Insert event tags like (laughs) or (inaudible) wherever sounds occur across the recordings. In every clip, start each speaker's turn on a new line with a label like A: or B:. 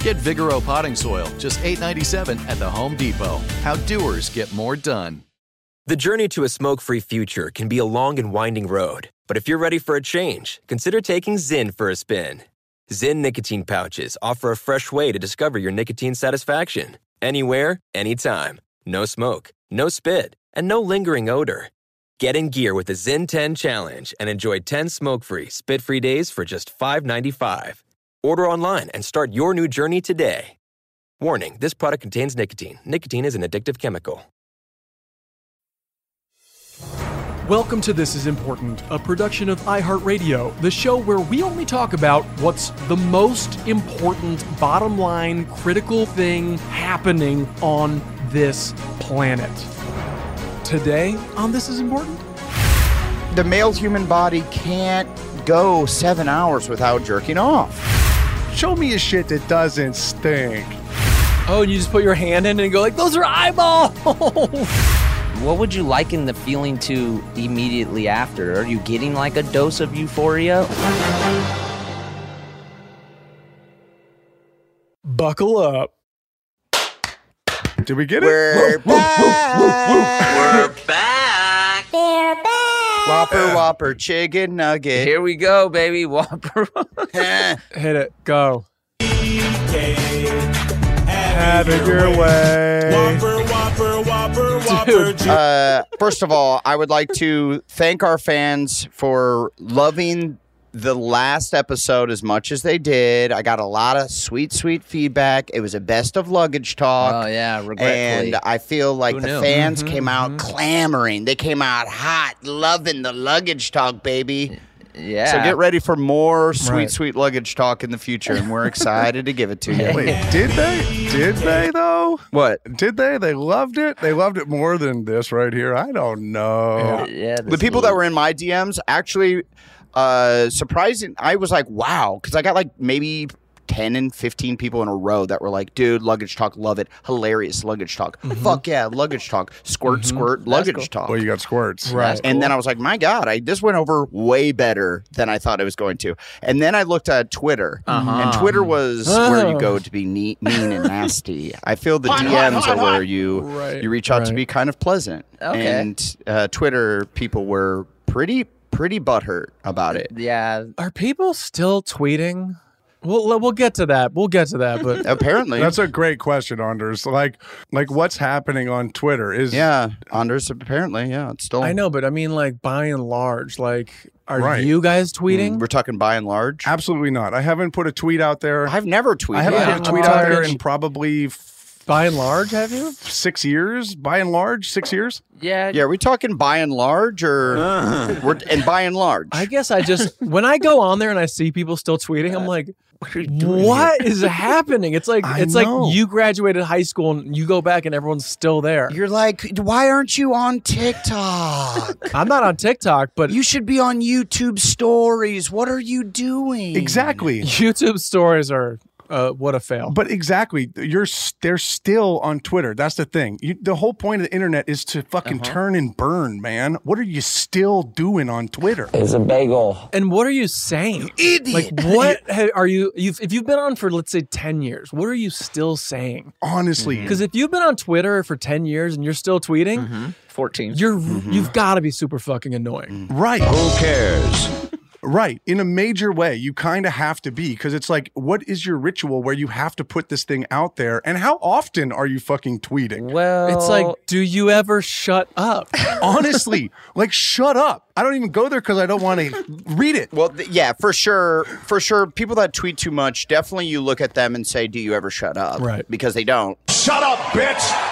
A: Get Vigoro potting soil, just $8.97 at the Home Depot. How doers get more done.
B: The journey to a smoke free future can be a long and winding road, but if you're ready for a change, consider taking Zinn for a spin. Zinn nicotine pouches offer a fresh way to discover your nicotine satisfaction anywhere, anytime. No smoke, no spit, and no lingering odor. Get in gear with the Zinn 10 Challenge and enjoy 10 smoke free, spit free days for just $5.95. Order online and start your new journey today. Warning this product contains nicotine. Nicotine is an addictive chemical.
C: Welcome to This Is Important, a production of iHeartRadio, the show where we only talk about what's the most important, bottom line, critical thing happening on this planet. Today on This Is Important,
D: the male's human body can't go seven hours without jerking off.
E: Show me a shit that doesn't stink.
C: Oh, and you just put your hand in and go like, those are eyeballs. (laughs)
F: what would you liken the feeling to immediately after? Are you getting like a dose of euphoria?
C: Buckle up.
E: Did we get
D: We're
E: it? Woo, woo, woo, woo, woo, woo.
G: We're back.
H: They're back.
D: Whopper, whopper, chicken nugget.
F: Here we go, baby. (laughs) Whopper.
D: Eh,
C: Hit it. Go.
E: Have it your way.
D: (laughs)
C: Dude.
D: uh, first of all, I would like to thank our fans for loving the last episode as much as they did. I got a lot of sweet, sweet feedback. It was a best of luggage talk.
F: Oh yeah, regretfully.
D: And I feel like
F: Who
D: the
F: knew? Mm-hmm,
D: fans came out clamoring. They came out hot, loving the luggage talk, baby.
F: yeah.
D: So get ready for more sweet,
C: Right.
D: sweet luggage talk in the future, and we're excited to give it to
F: (laughs)
D: you.
E: Wait, did they? Did they though?
D: What?
E: Did they? They loved it. They loved it more than this right here. I don't know.
F: Yeah.
D: the people that were in my DMs actually uh surprising I was like wow cuz I got like maybe 10 and 15 people in a row that were like dude luggage talk love it hilarious luggage talk fuck yeah luggage talk squirt squirt luggage talk
E: Well, you got squirts.
C: Right.
D: and then I was like, my God, I this went over way better than I thought it was going to. And then I looked at Twitter, and Twitter was where you go to be neat, mean, and nasty. I feel the DMs are where you
C: Right,
D: you reach out to
C: right.
D: be kind of pleasant.
F: Okay.
D: And uh, Twitter people were pretty pretty butthurt about it.
F: Yeah.
C: Are people still tweeting? We'll we'll get to that. We'll get to
D: (laughs)
C: that. But
D: Apparently,
E: That's a great question, Anders. Like, like what's happening on Twitter? Is
D: yeah, Anders. Apparently, yeah, it's still.
C: I know. But I mean, like by and large, like are
E: Right.
C: you guys tweeting?
D: Mm, We're talking by and large.
E: absolutely not. I haven't put a tweet out there.
D: I've never tweeted.
E: I haven't
C: Yeah,
E: put a
C: I'm
E: tweet out
C: sorry.
E: there in probably f-
C: by and large, have you?
E: six years, by and large, six years.
F: Yeah.
D: yeah, are we talking by and large, or we're and by and large?
C: I guess I just when I go on there and I see people still tweeting, I'm like, what is happening? It's like
E: I
C: it's
E: know.
C: like you graduated high school and you go back and everyone's still there.
D: You're like, why aren't you on TikTok?
C: I'm not on TikTok, but
D: you should be on YouTube stories. What are you doing?
E: Exactly.
C: YouTube stories are uh, what a fail.
E: But exactly, you're s- they're still on Twitter. That's the thing. You, the whole point of the internet is to fucking turn and burn, man. What are you still doing on Twitter?
F: It's a bagel.
C: and what are you saying? Like what ha- are you? You've, if you've been on for let's say ten years, what are you still saying?
E: Honestly,
C: Because if you've been on Twitter for ten years and you're still tweeting,
E: Mm-hmm.
F: 14.
C: you're you've got to be super fucking annoying.
E: right?
I: Who cares?
E: Right. In a major way, you kind of have to be because it's like, what is your ritual where you have to put this thing out there? And how often are you fucking
C: (laughs)
E: tweeting?
F: Well,
C: It's like, do you ever shut
E: (laughs)
C: up?
E: Honestly, like, shut up. I don't even go there because I don't want to read it.
D: Well, th- yeah, for sure, for sure. People that tweet too much, definitely you look at them and say, "Do you ever shut up?"
C: Right.
D: Because they don't.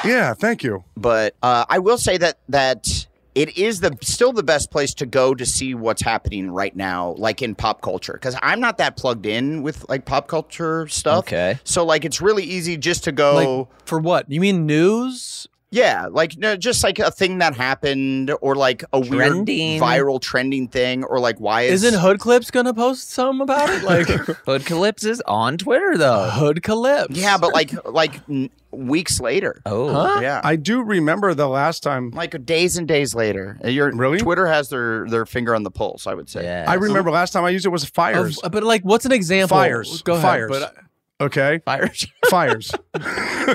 E: Yeah, thank you.
D: But uh, I will say that that it is the still the best place to go to see what's happening right now, like in pop culture, because I'm not that plugged in with like pop culture stuff.
F: Okay.
D: So like, it's really easy just to go.
E: Oh.
C: Like, for what? You mean news?
D: Yeah, like no, just like a thing that happened, or like a
F: Trending.
D: weird viral trending thing, or like why is
C: Isn't Hood Clips gonna post some about it?
E: (laughs)
C: Like
F: Hoodcalypse is on Twitter though.
C: Hood Clips.
D: yeah, but like like n- weeks later,
F: Oh,
D: yeah,
E: I do remember the last time.
D: like days and days later. Your
E: Really?
D: Twitter has their their finger on the pulse. I would say.
F: yeah.
E: I remember last time I used it was fires.
C: Of- uh, but like, what's an example?
E: Fires.
C: Go ahead.
E: Fires.
C: but, uh,
E: okay.
F: Irish.
C: (laughs)
E: Fires. (laughs)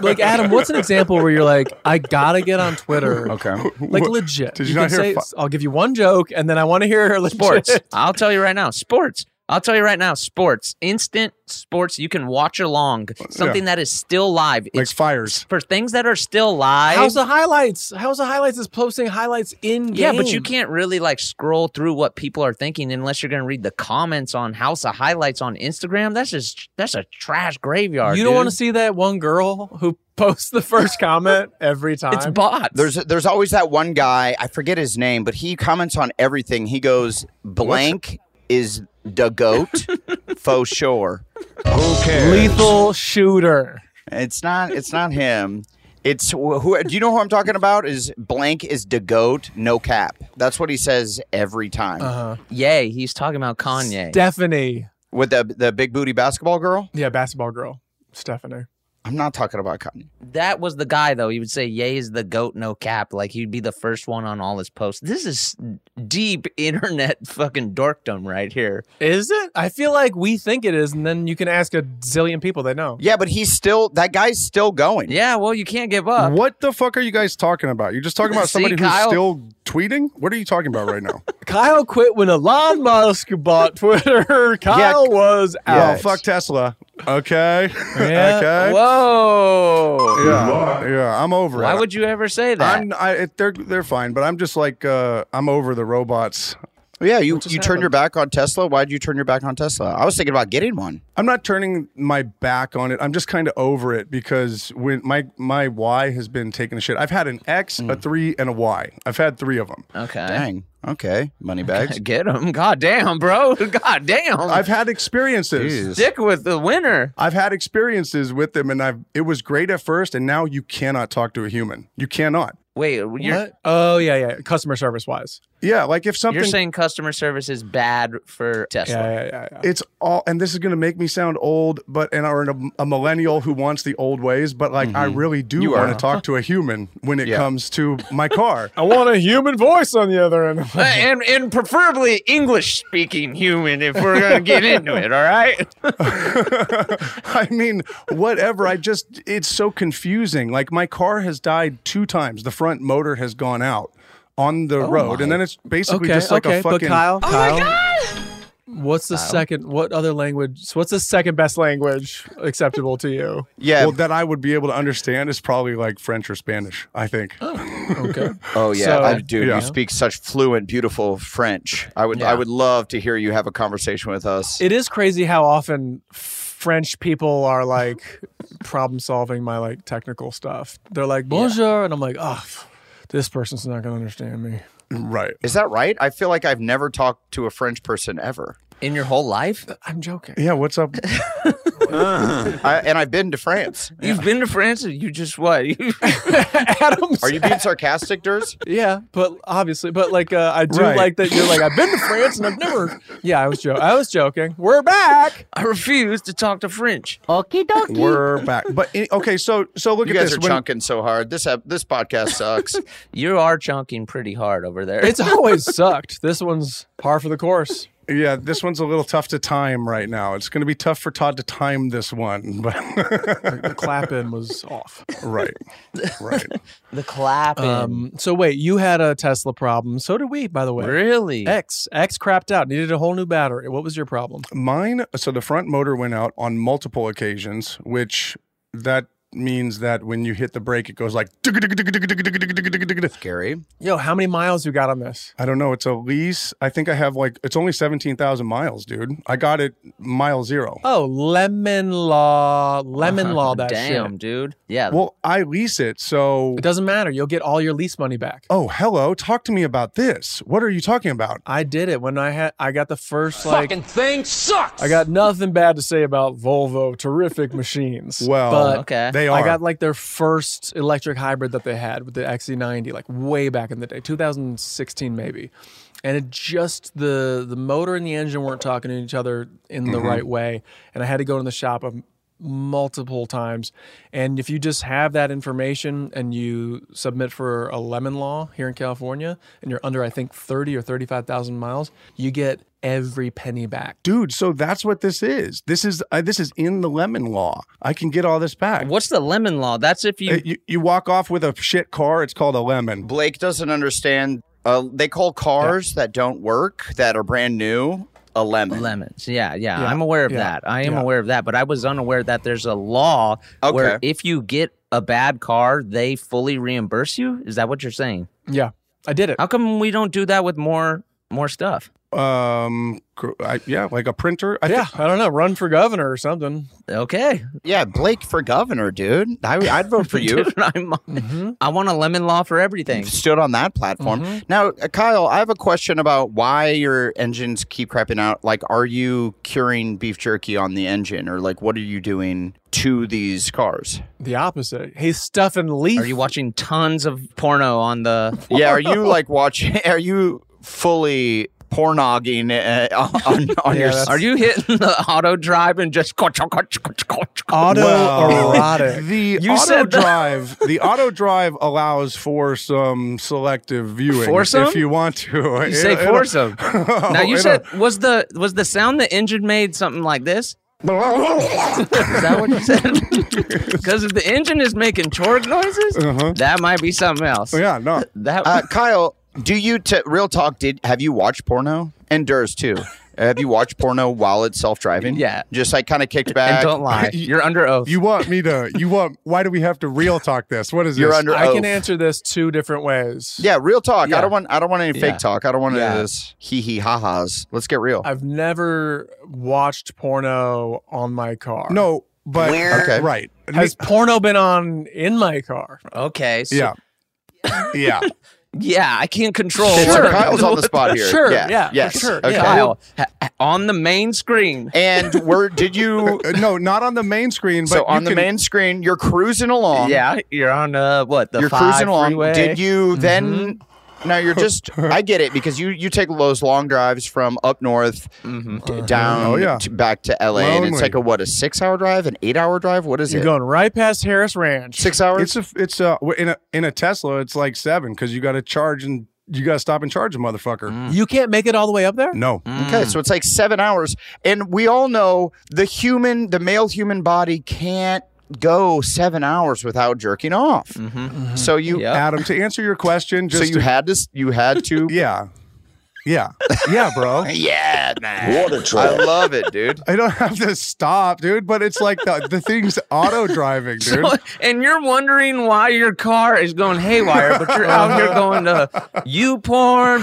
C: like Adam, what's an example where you're like, I gotta get on Twitter?
E: Okay.
C: Like legit.
E: Did you not
C: can
E: hear
C: say,
E: fi-
C: I'll give you one joke, and then I want to hear her (laughs) legit.
F: (laughs) sports. I'll tell you right now, sports. I'll tell you right now, sports. Instant sports. You can watch along. Something that is still live.
E: Like fires.
F: for things that are still live.
C: How's the highlights? How's the highlights? Is posting highlights in
F: yeah, but
C: game.
F: you can't really like scroll through what people are thinking unless you're going to read the comments on House of Highlights on Instagram. That's just that's a trash graveyard.
C: You don't want to
F: dude.
C: see that one girl who (laughs) posts the first comment every time.
F: It's bots.
D: There's there's always that one guy. I forget his name, but he comments on everything. He goes blank is the goat for sure.
C: lethal shooter.
D: It's not. It's not him. It's wh- who. Do you know who I'm talking about? Is blank is the goat? No cap. That's what he says every time
C: Uh-huh.
F: yay. He's talking about Kanye.
C: Stephanie.
D: with the the big booty basketball girl.
C: Yeah, basketball girl. Stephanie.
D: I'm not talking about Kanye.
F: that was the guy though. He would say, "Yay is the goat, no cap." Like he'd be the first one on all his posts. This is deep (laughs) internet fucking dorkdom right here.
C: Is it? I feel like we think it is, and then you can ask a zillion people they know.
D: Yeah, but he's still. That guy's still going.
F: Yeah, well, you can't give
C: Uh,
F: up.
E: What the fuck are you guys talking about? You're just talking about
F: See,
E: somebody
F: Kyle?
E: who's still tweeting? What are you talking about right now?
C: Kyle quit when Elon Musk bought Twitter. (laughs) Kyle was
E: Oh,
C: out.
E: fuck Tesla. Okay.
C: Yeah.
E: okay.
F: Whoa!
E: Yeah. Yeah. I'm over
F: Why
E: it.
F: would you ever say that?
E: I'm, I, it- they're they're fine, but I'm just like uh, I'm over the robots.
D: Yeah, you, you turned your back on Tesla. Why'd you turn your back on Tesla? I was thinking about getting one.
E: I'm not turning my back on it. I'm just kind of over it because when my my Y has been taking a shit. I've had an X,
F: Hmm.
E: a three, and a Y. I've had three of them.
F: okay.
D: Dang. Okay. (laughs) Money bags.
F: (laughs) Get him. God damn, bro. (laughs) God damn.
E: I've had experiences.
F: Stick with the winner.
E: I've had experiences with them, and I've it was great at first, and now you cannot talk to a human. You cannot.
F: Wait, you're
C: What? Oh, yeah, yeah. Customer service wise.
E: Yeah, like if something
F: you're saying customer service is bad for Tesla.
C: Yeah, yeah, yeah, yeah.
E: it's all and this is going to make me sound old but and or a, a millennial who wants the old ways but like i
C: Mm-hmm.
E: really do want to talk to a human when it comes to
C: (laughs)
E: my car
C: I want a human voice on the other end. (laughs)
F: Uh, and and preferably English speaking human if we're gonna get into it, all right?
E: (laughs) i mean whatever i just it's so confusing like my car has died two times the front motor has gone out on the road and then it's basically
C: Oh okay,
E: just like
C: okay.
E: a fucking
C: but Kyle, Kyle, What's the second? What other language? so What's the second best language acceptable to you?
D: Yeah.
E: well that i would be able to understand is probably like french or spanish i think
C: Okay.
D: oh yeah.
C: so-
D: I, dude,
E: Yeah.
D: you speak such fluent, beautiful French. I would I would love to hear you have a conversation with us.
C: (laughs) it is crazy how often French people are like problem solving my like technical stuff. They're like bonjour, and I'm like, oh, pff, this person's not gonna understand me.
E: right
D: Is that right? I feel like I've never talked to a French person ever.
F: In your whole life?
C: I'm joking. (laughs)
E: yeah what's up
D: I, and I've been to France.
F: You've been to France and you just what? You- (laughs)
C: Adam's,
D: Are you being sarcastic, Durs?
C: yeah, but obviously, but like uh, I do
E: Right.
C: like that you're like I've been to France and I've
F: (laughs)
C: never. Yeah, I was joking. I was joking. We're back.
F: I refuse to talk to French.
E: we're back but in- okay so so (laughs) look
D: You
E: at
D: guys
E: this
D: are
E: When-
D: chunking so hard. This ep- this podcast sucks. (laughs)
F: You are chunking pretty hard over there.
C: It's always sucked. This one's par for the course.
E: Yeah, this one's a little tough to time right now. It's going to be tough for Todd to time this one, (laughs) but
C: The clap in was off.
E: right, right.
F: The clapping.
C: Um, so wait, you had a Tesla problem. So did we, by the way.
F: really?
C: X X crapped out. Needed a whole new battery. What was your problem?
E: Mine, so the front motor went out on multiple occasions, which that means that when you hit the brake, it goes like.
D: Scary.
C: Yo, how many miles you got on this?
E: I don't know. It's a lease. I think I have like it's only seventeen thousand miles, dude. I got it mile zero.
C: Oh, lemon law,
F: (laughs)
C: lemon law. That
F: Damn,
C: shit.
F: dude. Yeah.
E: Well, I lease it, so
C: It doesn't matter. You'll get all your lease money back.
E: oh hello, talk to me about this. What are you talking about?
C: I did it when I had. I got the first like fucking thing sucks. I got nothing bad to say about Volvo. Terrific machines.
E: Well,
C: but
F: okay.
E: They are.
C: I got like their first electric hybrid that they had with the XC90, like way back in the day, 2016 maybe. And it just the the motor and the engine weren't talking to each other in the
E: Mm-hmm.
C: right way, and I had to go in the shop of multiple times. And if you just have that information and you submit for a lemon law here in California, and you're under I think 30 or 35 thousand miles, you get every penny back.
E: dude. So that's what this is. This is uh, this is in the lemon law. I can get all this back.
F: What's the lemon law? That's if you.
E: Uh, You, you walk off with a shit car. It's called a lemon.
D: Blake doesn't understand. Uh, they call cars that don't work that are brand new a lemon.
F: Lemons, yeah, yeah, I'm aware of
C: yeah,
F: that. I am aware of that, but I was unaware that there's a law where
D: Okay.
F: if you get a bad car, they fully reimburse you. Is that what you're saying?
C: Yeah, I did it.
F: How come we don't do that with more more stuff?
E: Um, gr- I, yeah, like a printer. I thi-
C: Yeah, I don't know. Run for governor or something.
F: Okay,
D: Yeah, Blake for governor, dude. I, I'd vote (laughs) for you.
F: Dude, I'm- I want a lemon law for everything.
D: Stood on that platform.
F: Mm-hmm.
D: Now, uh, Kyle, I have a question about why your engines keep crapping out. Like, are you curing beef jerky on the engine, or like, what are you doing to these cars?
C: The opposite. He's stuffing leaf.
F: Are you watching tons of porno on the?
D: Yeah, are you
F: (laughs)
D: like watching? (laughs) Are you fully pornogging uh, (laughs) on, on your?
F: Are you hitting the auto drive and just? Auto.
C: (laughs) auto erotic?
E: (laughs) The
F: You
E: auto
F: said that.
E: drive. the auto drive allows for some selective viewing
F: Foursome?
E: if you want to.
F: You say foursome.
E: (laughs)
F: Now you
E: it'll-
F: said was the was the sound the engine made something like this? Is that what
D: (laughs)
F: you said? Because if the engine is making torque noises,
D: Uh-huh.
F: that might be something else.
E: (laughs)
D: Oh,
E: Yeah, no.
F: That
D: Uh, Kyle, do you t- real talk? Did have you watched porno and Durs too? have you watched porno while it's self driving?
F: Yeah.
D: just like kind of kicked back.
F: and don't lie, you're under oath.
E: You want me to? You want? Why do we have to real talk this? What is
D: You're
E: this?
D: under
C: I can
D: oath.
C: answer this two different ways.
D: Yeah, real talk.
F: Yeah.
D: I don't want. I don't want any
F: Yeah.
D: fake talk. I don't want
F: Yeah.
D: this hee hee ha ha's. Let's get real.
C: I've never watched porno on my car.
E: no, but
D: Okay.
E: right.
C: Has porno been on in my car?
F: Okay. So,
E: yeah, yeah.
F: Yeah, I can't control.
D: Okay,
F: Sure.
D: So Kyle's
F: (laughs)
D: on the spot here.
C: Sure,
D: Yeah.
C: yeah, for
D: yes.
C: sure,
D: Okay.
C: yeah.
F: Kyle ha- on the main screen.
D: And we're did
F: (laughs)
D: you?
E: Uh, (laughs) no, not on the main screen. But
D: so on
E: you
D: the
E: can-
D: main screen, you're cruising along.
F: Yeah, you're on uh what the
D: you're
F: five
D: cruising along.
F: freeway. Mm-hmm.
D: Did you then? Now you're just. I get it because you you take those long drives from up north
F: Mm-hmm.
D: d- down
E: Oh, yeah.
D: to, back to LA, and it's
E: Lonely.
D: like a what a six hour drive, an eight hour drive. What is
C: You're
D: it?
C: going right past Harris Ranch.
D: Six hours.
E: It's a. It's a. In a in a Tesla, it's like seven because you got to charge and you got to stop and charge a motherfucker.
D: Mm.
C: You can't make it all the way up there?
E: No.
D: Okay,
F: Mm.
D: so it's like seven hours, and we all know the human, the male human body can't go seven hours without jerking off.
F: Mm-hmm.
D: So you,
F: Yep.
E: Adam, to answer your question,
D: so
E: just
D: you had Mm-hmm. to, s- you had (laughs) to,
E: yeah, yeah, yeah,
D: (laughs)
E: bro.
D: yeah, man. What a I love it, dude.
E: I don't have to stop, dude. But it's like the, the thing's auto driving, dude.
F: (laughs) and you're wondering why your car is going haywire, but you're out
D: (laughs)
F: here going to you porn,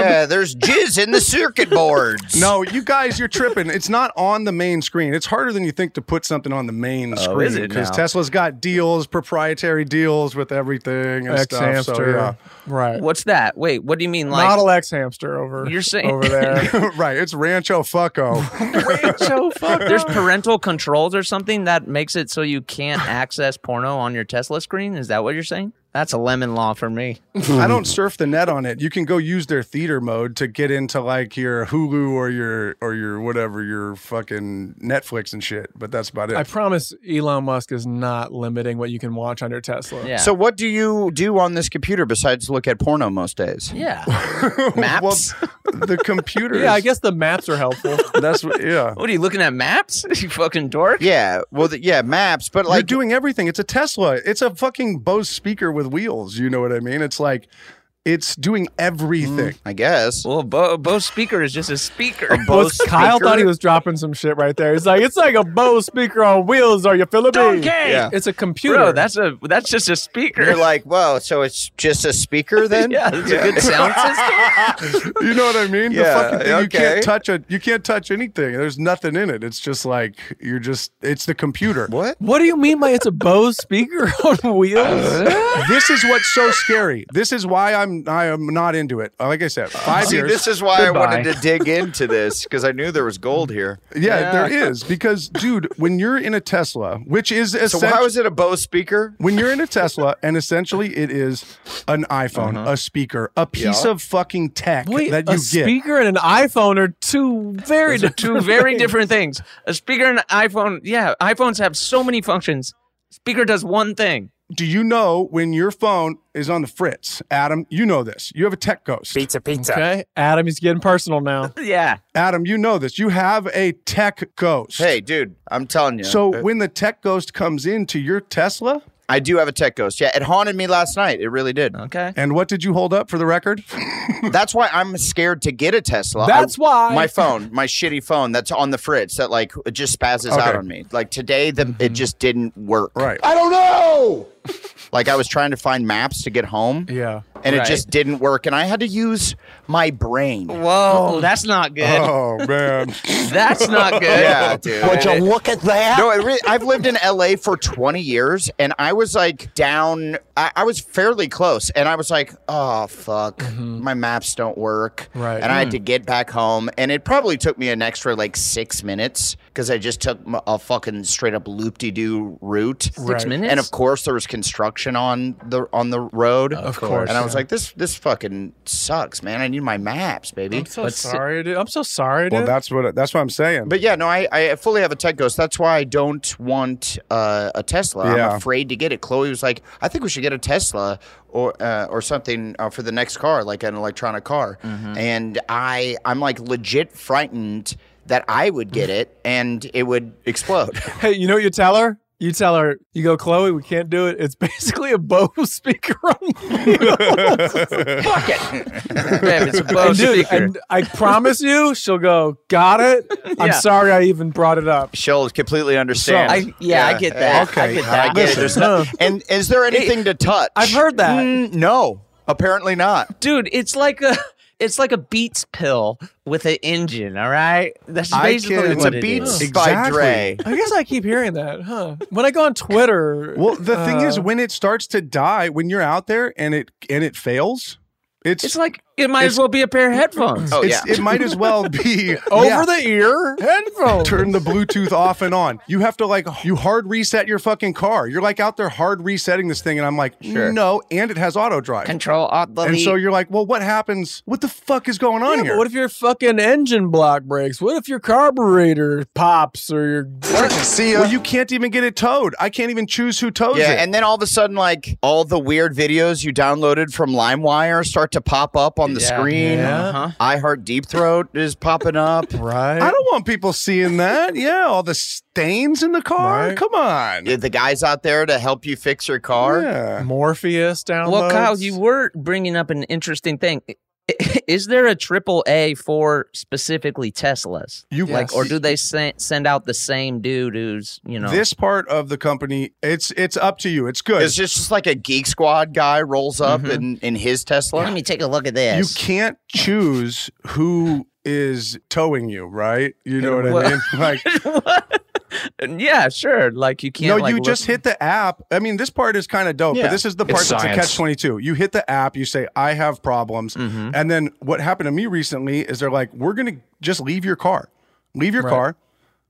D: (laughs) Yeah, there's jizz in the circuit boards.
E: (laughs) No, you guys, you're tripping. It's not on the main screen. It's harder than you think to put something on the main
F: Oh, is
E: screen
F: it now?
E: Tesla's got deals, proprietary deals with everything and
C: X
E: stuff.
C: hamster.
E: So, yeah.
C: Right.
F: What's that? Wait, what do you mean? Like
C: Model X hamster over,
F: You're saying-
C: over there.
F: (laughs)
E: (laughs) right, it's Rancho Fucko.
C: so fuck.
F: there's parental (laughs) controls or something that makes it so you can't access porno on your Tesla screen? Is that what you're saying? That's a lemon law for me.
E: I don't surf the net on it. You can go use their theater mode to get into like your Hulu or your or your whatever your fucking Netflix and shit. But that's about it. (laughs)
C: I promise Elon Musk is not limiting what you can watch on your Tesla.
F: Yeah.
D: So what do you do on this computer besides look at porno most days?
F: yeah. Maps.
E: the computer.
C: Yeah, I guess the maps are helpful.
E: that's what- yeah.
F: what are you looking at? Maps? (laughs) You fucking dork.
D: Yeah, well, th- yeah, maps, but
E: You're
D: like
E: doing everything. It's a Tesla. It's a fucking Bose speaker with wheels. You know what I mean? It's like it's doing everything.
D: I guess.
F: Well, Bo, Bo's speaker is just a speaker.
C: Both Kyle thought he was dropping some shit right there. He's like, it's like a Bose speaker on wheels. Are you feeling me?
F: Yeah.
C: It's a computer.
F: Bro, that's a that's just a speaker. (laughs)
D: You're like, whoa, so it's just a speaker then?
F: yeah, it's a good sound system.
E: (laughs) You know what I mean?
D: Mm. Yeah,
E: the fucking thing, you
D: okay.
E: can't touch it. You can't touch anything. There's nothing in it. It's just like you're just. It's the computer.
D: What?
C: what do you mean by it's a Bose speaker (laughs) on (laughs) wheels?
E: this is what's so scary. This is why I'm I am not into it. Like I said, five
D: See,
E: years.
D: this is why
F: Goodbye.
D: I wanted to dig into this because I knew there was gold here.
E: yeah, there is because, dude, when you're in a Tesla, which is
D: So
E: essentially
D: how is it a Bose speaker?
E: when you're in a Tesla, and essentially it is an iPhone, a speaker, a piece
D: Yeah.
E: of fucking tech
C: Wait,
E: that
C: a
E: you get.
C: speaker and an iPhone are two very different
F: Two very (laughs)
C: things.
F: different things. A speaker and an iPhone. Yeah, iPhones have so many functions. Speaker does one thing.
E: Do you know when your phone is on the fritz, Adam? You know this. You have a tech ghost.
C: Okay, Adam, he's getting personal now.
F: Yeah.
E: Adam, you know this. You have a tech ghost.
D: Hey, dude, I'm telling you.
E: So
D: Uh,
E: when the tech ghost comes into your Tesla,
D: I do have a tech ghost. Yeah, it haunted me last night. It really did.
F: Okay.
E: and what did you hold up for the record?
D: That's why I'm scared to get a Tesla.
C: That's
D: I-
C: why.
D: my phone, my shitty phone that's on the fritz that like it just spazzes out
E: Okay.
D: on me. Like today, the, it just didn't work.
E: Right.
D: Like I was trying to find maps to get home.
C: Yeah.
D: And
F: Right.
D: it just didn't work, and I had to use my brain.
F: Whoa, that's not good.
E: Oh man.
F: That's (laughs) not good.
D: Yeah, dude. Would you look at that? No, it really, I've lived in LA for 20 years, and I was like down. I, I was fairly close, and I was like, oh fuck, my maps don't work.
C: Mm-hmm. Right. Hmm.
D: And I had to get back home, and it probably took me an extra like six minutes because I just took m- a fucking straight up loop de doo route.
F: Six
C: Right.
F: minutes.
D: And of course, there was construction on the on the road.
C: Of course,
D: And I was
C: yeah.
D: like, this this fucking sucks, man. I need my maps, baby.
C: I'm so sorry, dude. I'm so sorry, dude.
E: Well, that's what that's what I'm saying.
D: But yeah, no, I, I fully have a tech ghost. That's why I don't want uh, a Tesla. I'm
E: Yeah.
D: afraid to get it. Chloe was like, I think we should get a Tesla or uh, or something uh, for the next car, like an electronic car. And I I'm like legit frightened that I would get it and it would explode.
C: hey, you know what you tell her? You tell her, you go, Chloe, we can't do it. It's (laughs) basically a Bose speaker (laughs) on wheels.
F: Fuck it. (laughs)
D: (laughs)
F: Damn, it's a
C: and
F: Bose
C: dude,
F: speaker.
C: and I promise you, she'll go, got it. (laughs) I'm
F: Yeah.
C: sorry I even brought it up.
D: She'll completely understand.
F: I, yeah, I get that. I
E: Okay,
F: get
D: I
F: that.
D: get it. There's no, (laughs) and is there anything to touch?
C: I've heard that.
D: Mm, no, apparently not.
F: dude it's like a it's like a beats pill with an engine all right that's
D: I
F: basically
D: can, it's
F: what
D: a
F: it
D: Beats
F: is.
D: by
E: Exactly.
D: Dre.
C: I guess I keep hearing that, huh? When I go on Twitter,
E: Well, the thing is,
C: uh,
E: when it starts to die, when you're out there and it and it fails, it's
F: it's like it might as
E: It's-
F: well be a pair of headphones
D: Oh,
E: it's,
D: yeah.
E: it might as well be
C: over
E: Yeah.
C: the ear headphones.
E: turn the Bluetooth off and on. You have to like you hard reset your fucking car. You're like out there hard resetting this thing, and I'm like, no, and it has auto drive.
F: control alt
E: and
F: delete
E: so you're like, well, what happens? What the fuck is going on
C: Yeah,
E: here?
C: but what if your fucking engine block breaks? What if your carburetor pops or your
D: See
E: well, you can't even get it towed. I can't even choose who tows
D: Yeah,
E: it.
D: and then all of a sudden, like all the weird videos you downloaded from LimeWire start to pop up on the
F: Yeah.
D: screen.
C: Yeah.
D: I Heart Deep Throat is popping up.
C: right?
E: I don't want people seeing that. Yeah, all the stains in the car.
C: Right.
E: Come on.
D: the guys out there to help you fix your car.
E: yeah.
C: Morpheus downloads.
F: well kyle you were bringing up an interesting thing (laughs) is there a triple a for specifically teslas
E: You
F: like or do they sen- send out the same dude who's you know
E: this part of the company it's it's up to you it's good
D: It's just, just like a Geek Squad guy rolls up in, in his Tesla.
F: let me take a look at
E: you
F: this (laughs)
E: can't choose who is towing you right you know what
F: Well-
E: i mean (laughs) like
F: (laughs) yeah sure like you can't
E: no
F: like,
E: you
F: look-
E: just hit the app i mean this part is kind of dope
D: Yeah.
E: but this is the part that's a catch 22 you hit the app you say i have problems
F: Mm-hmm.
E: and then what happened to me recently is they're like we're gonna just leave your car leave your car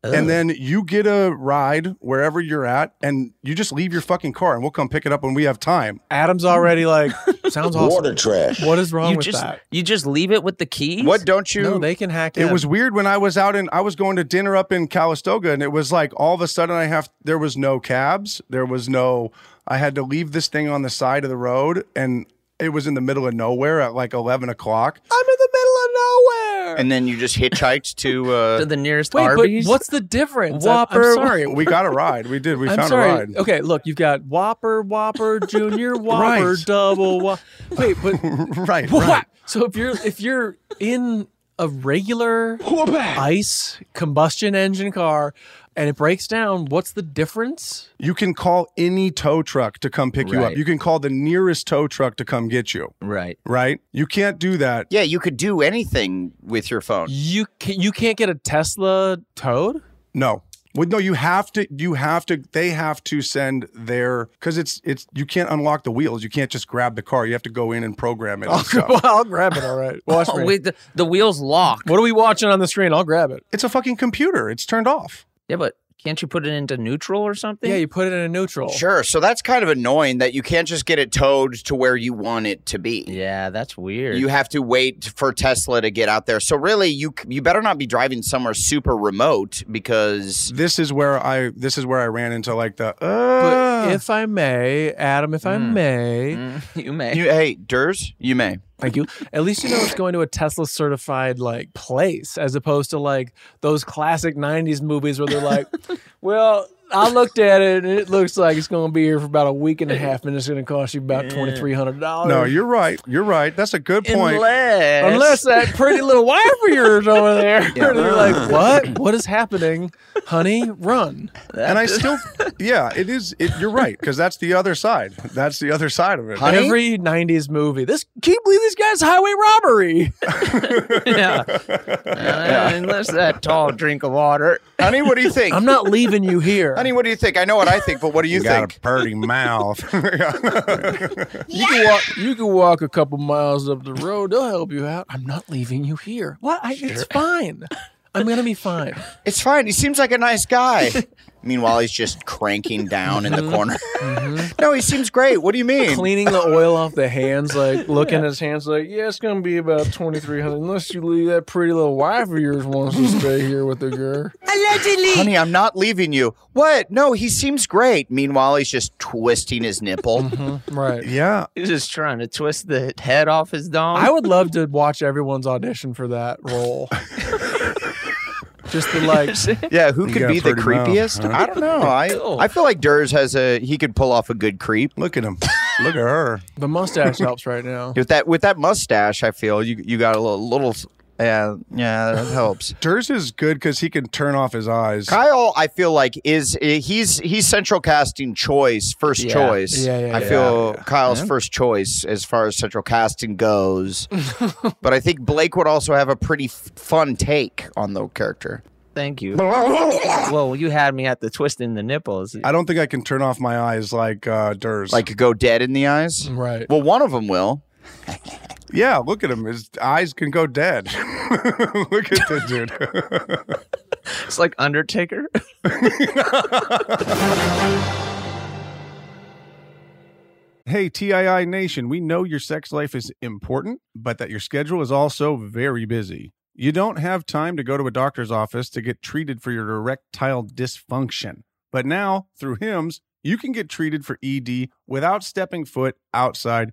E: And then you get a ride wherever you're at, and you just leave your fucking car, and we'll come pick it up when we have time.
C: Adam's already
E: (laughs)
C: like sounds awesome.
J: Water trash.
C: What is wrong
F: you
C: with
F: just
C: that?
F: you just leave it with the keys.
D: What don't you?
C: No, they can hack
E: It was weird when I was out in I was going to dinner up in Calistoga and it was like all of a sudden I have there was no cabs, there was no I had to leave this thing on the side of the road and it was in the middle of nowhere at like eleven o'clock.
C: I'm in the middle of nowhere.
D: and then you just hitchhiked to. Uh,
F: (laughs) to the nearest
C: Wait,
F: Arby's?
C: but what's the difference? I'm-
F: Whopper.
C: I'm sorry.
E: We got a ride. We did. We
C: I'm
E: found
C: sorry. Oh,
E: a ride.
C: Okay, look, you've got Whopper, Whopper, Junior, Whopper,
E: (laughs) Right.
C: Double. Wha- Wait, but
E: (laughs) Right.
C: what? So if you're if you're in a regular ice combustion engine car and it breaks down, what's the difference?
E: You can call any tow truck to come pick you up.
F: Right.
E: You can call the nearest tow truck to come get you.
F: right?
E: Right? You can't do that.
D: yeah, you could do anything with your phone.
C: You can, you can't get a Tesla towed. (laughs)
E: No. Well, no, you have to. You have to. They have to send their because it's it's. You can't unlock the wheels. You can't just grab the car. You have to go in and program it.
D: Oh,
E: and stuff.
C: I'll grab it. All (laughs) right, watch
F: Oh,
C: me.
F: wait, the, the wheels locked.
C: What are we watching on the screen? I'll grab it.
E: It's a fucking computer. It's turned off.
F: Yeah, but can't you put it into neutral or something?
C: Yeah, you put it in a neutral.
D: Sure. So that's kind of annoying that you can't just get it towed to where you want it to be.
F: yeah, that's weird.
D: You have to wait for Tesla to get out there. So really, you c- you better not be driving somewhere super remote because
E: This is where I. This is where I ran into like the. Uh,
C: But if I may, Adam, if I may,
F: (laughs)
C: (laughs)
F: you may.
D: you, hey, Durs, you may.
C: Thank you. At least you know it's going to a Tesla certified like place as opposed to like those classic 90s movies where they're like, well, I looked at it and it looks like it's going to be here for about a week and a half and it's going to cost you about $2,300.
E: no, you're right. You're right. That's a good point.
F: Unless,
C: Unless that pretty little wife of yours over there, you're like, what? What is happening? Honey, run.
E: and I still. (laughs) yeah, it is. It, you're right because that's the other side. That's the other side of it.
C: Every 90s movie. This Can't believe this guy's highway robbery.
F: yeah. Uh, unless that tall drink of water.
D: Honey, what do you think?
C: I'm not leaving you here.
D: Honey, what do you think? I know what I think, but what do you,
E: You got
D: think?
E: a pretty mouth.
C: You can walk. You can walk a couple miles up the road. They'll help you out. I'm not leaving you here. What? I, It's fine. I'm gonna be fine.
D: It's fine. He seems like a nice
E: (laughs)
D: guy. Meanwhile, he's just cranking down in the
E: Mm-hmm.
D: corner. (laughs) no, he seems great. What do you mean?
C: (laughs) Cleaning the oil off the hands, like looking at his hands, like yeah, it's gonna be about twenty three hundred unless you leave that pretty little wife of yours wants to stay here with the girl.
D: Honey, I'm not leaving you. What? No, he seems great. Meanwhile, he's just twisting his nipple.
E: Mm-hmm.
C: Right.
E: (laughs) yeah,
F: He's just trying to twist the head off his dong.
C: I would love to watch everyone's audition for that (laughs) role. Just the like.
D: Yeah, who
E: You
D: could
E: got
D: be the
E: pretty mouth,
D: creepiest?
E: huh?
D: I don't know. I I feel like Durs has a he could pull off a good creep
E: look at him. Look at her.
C: The mustache helps right now.
D: with that with that mustache. I feel you you got a little little yeah yeah that helps.
E: Durs is good because he can turn off his eyes.
D: Kyle, I feel like is eh, he's he's central casting choice first
F: Yeah.
D: choice.
C: Yeah, yeah,
D: I
C: yeah.
D: feel Kyle's first choice as far as central casting
C: (laughs)
D: goes. but I think Blake would also have a pretty f- fun take on the character.
C: (laughs)
F: Thank you. well, you had me at the twisting the nipples.
E: I don't think I can turn off my eyes like uh, Durs.
D: Like go dead in the eyes.
C: Right.
D: Well, one of them will.
E: yeah, look at him. His eyes can go dead. (laughs) look at the dude.
F: It's like Undertaker.
E: (laughs) hey, TII Nation, we know your sex life is important, but that your schedule is also very busy. You don't have time to go to a doctor's office to get treated for your erectile dysfunction. But now, through HIMS, you can get treated for ED without stepping foot outside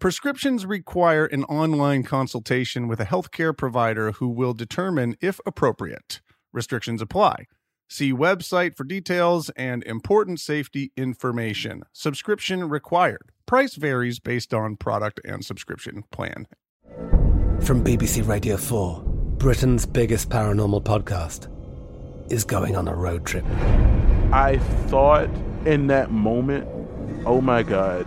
E: Prescriptions require an online consultation with a healthcare provider who will determine if appropriate. Restrictions apply. See website for details and important safety information. Subscription required. Price varies based on product and subscription plan.
J: From BBC Radio 4, Britain's biggest paranormal podcast is going on a road trip.
K: I thought in that moment, oh my God,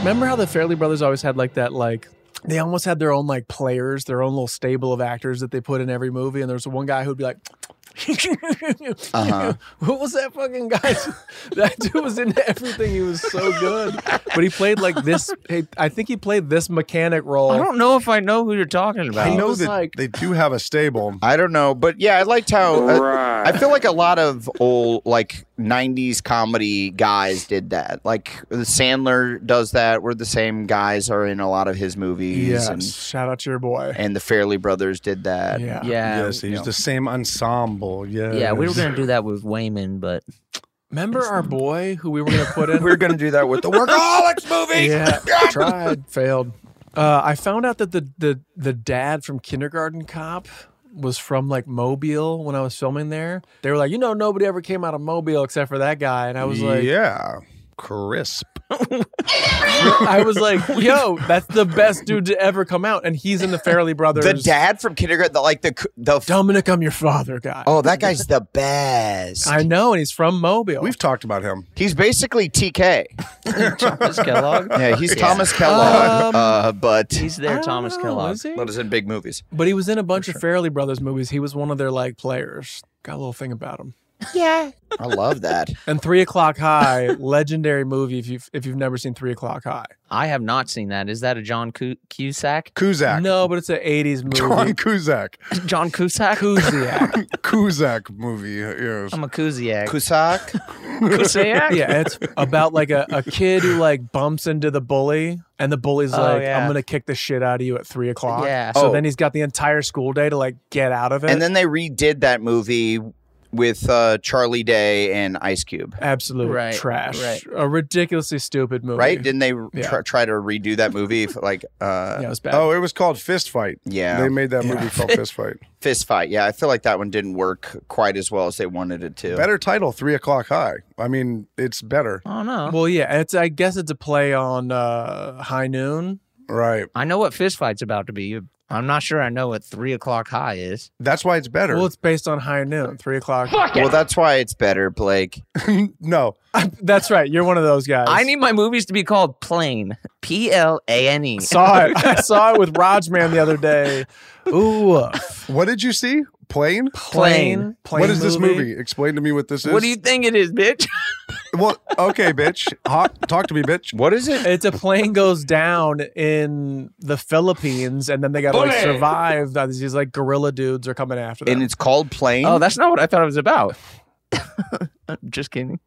C: Remember how the Fairley brothers always had like that like they almost had their own like players, their own little stable of actors that they put in every movie, and there was one guy who'd be like (laughs) What was that fucking guy? (laughs) that dude was into everything. He was so good, but he played like this. Hey, I think he played this mechanic role.
F: I don't know if I know who you're talking about.
E: I know
C: was
E: that
C: like- Um,
E: they do have a stable.
D: I don't know, but yeah, I liked how uh,
K: Right.
D: I feel like a lot of old like '90s comedy guys did that. Like Sandler does that, where the same guys are in a lot of his movies,
C: Yes.
D: and,
C: Shout out to your boy.
D: and the Fairley Brothers did that.
C: Yeah.
F: Yeah.
E: yes, they use the same ensemble. Yes.
F: Yeah, we were going to do that with Wayman, but
C: Remember our boy who we were going to put in?
D: We're gonna do that with the (laughs) workaholics movie.
C: yeah, tried, failed. Uh, I found out that the, the the dad from Kindergarten Cop was from like Mobile when I was filming there. They were like, you know, nobody ever came out of Mobile except for that guy, and I was like,
E: yeah, crisp.
C: I was like, yo, that's the best dude to ever come out, and he's in the Fairley Brothers.
D: The dad from kindergarten, the, like the c- the f-
C: Dominic, I'm your father, guy.
D: oh, that guy's the best.
C: I know, and he's from Mobile.
E: We've talked about him.
D: he's basically TK.
F: (laughs) Thomas Kellogg.
D: Yeah, he's Thomas Kellogg,
C: Um,
D: uh, but
F: He's
C: I
F: there,
C: don't
F: Thomas
C: know,
F: Kellogg.
C: is Oh, he?
D: but is in big movies.
C: But he was in a bunch of Fairley Brothers movies. He was one of their like players. Got a little thing about him.
D: I love
C: (laughs)
D: that.
C: And Three O'clock High, legendary movie. If you've if you've never seen Three O'clock High,
F: I have not seen that. Is that a John Cu- Cusack?
E: Kuzak.
C: no, but it's an '80s
D: (laughs)
C: movie.
E: John Kuzak. (laughs)
F: John Cusack? Cusiak.
E: Kuzak movie. Yes.
F: I'm a Cusiak.
D: Kusak.
F: Cusiak?
C: yeah, it's about like a, a kid who like bumps into the bully, and the bully's
F: Oh,
C: like,
F: yeah.
C: "I'm gonna kick the shit out of you at three o'clock."
F: Yeah.
C: So
D: Oh.
C: then he's got the entire school day to like get out of it.
D: And then they redid that movie with uh, Charlie Day and Ice Cube,
C: absolute
F: Right,
C: trash,
F: right.
C: a ridiculously stupid movie.
D: right? Didn't they
C: Yeah.
D: try, try to redo that movie? if, Like,
C: yeah, it
D: uh,
C: was bad.
E: Oh, it was called Fist Fight.
D: yeah,
E: They made that movie called Fist Fight.
D: fist fight. Yeah, I feel like that one didn't work quite as well as they wanted it to.
E: Better title, Three O'Clock High. I mean, it's better.
F: Oh, no.
C: Well, yeah, it's I guess it's a play on uh, High Noon.
E: Right.
F: I know what fist fight's about to be. I'm not sure I know what three o'clock high is.
E: That's why it's better.
C: Well, it's based on High Noon, three o'clock.
D: Well, that's why it's better, Blake.
E: (laughs) no.
C: That's right. You're one of those guys.
F: I need my movies to be called Plane. P L A N E.
C: saw it. (laughs) I saw it with Rodman the other day. Ooh,
E: What did you see? Plane?
C: plane. plane
E: what is this movie? Explain to me what this is.
F: What do you think it is, (laughs) bitch?
E: Well, okay, bitch. Hot, talk to me, bitch.
D: What is it?
C: It's a plane goes down in the Philippines, and then they got to like survive. Now These like gorilla dudes are coming after them.
D: And it's called Plane.
F: Oh, that's not what I thought it was about. (laughs) Just kidding.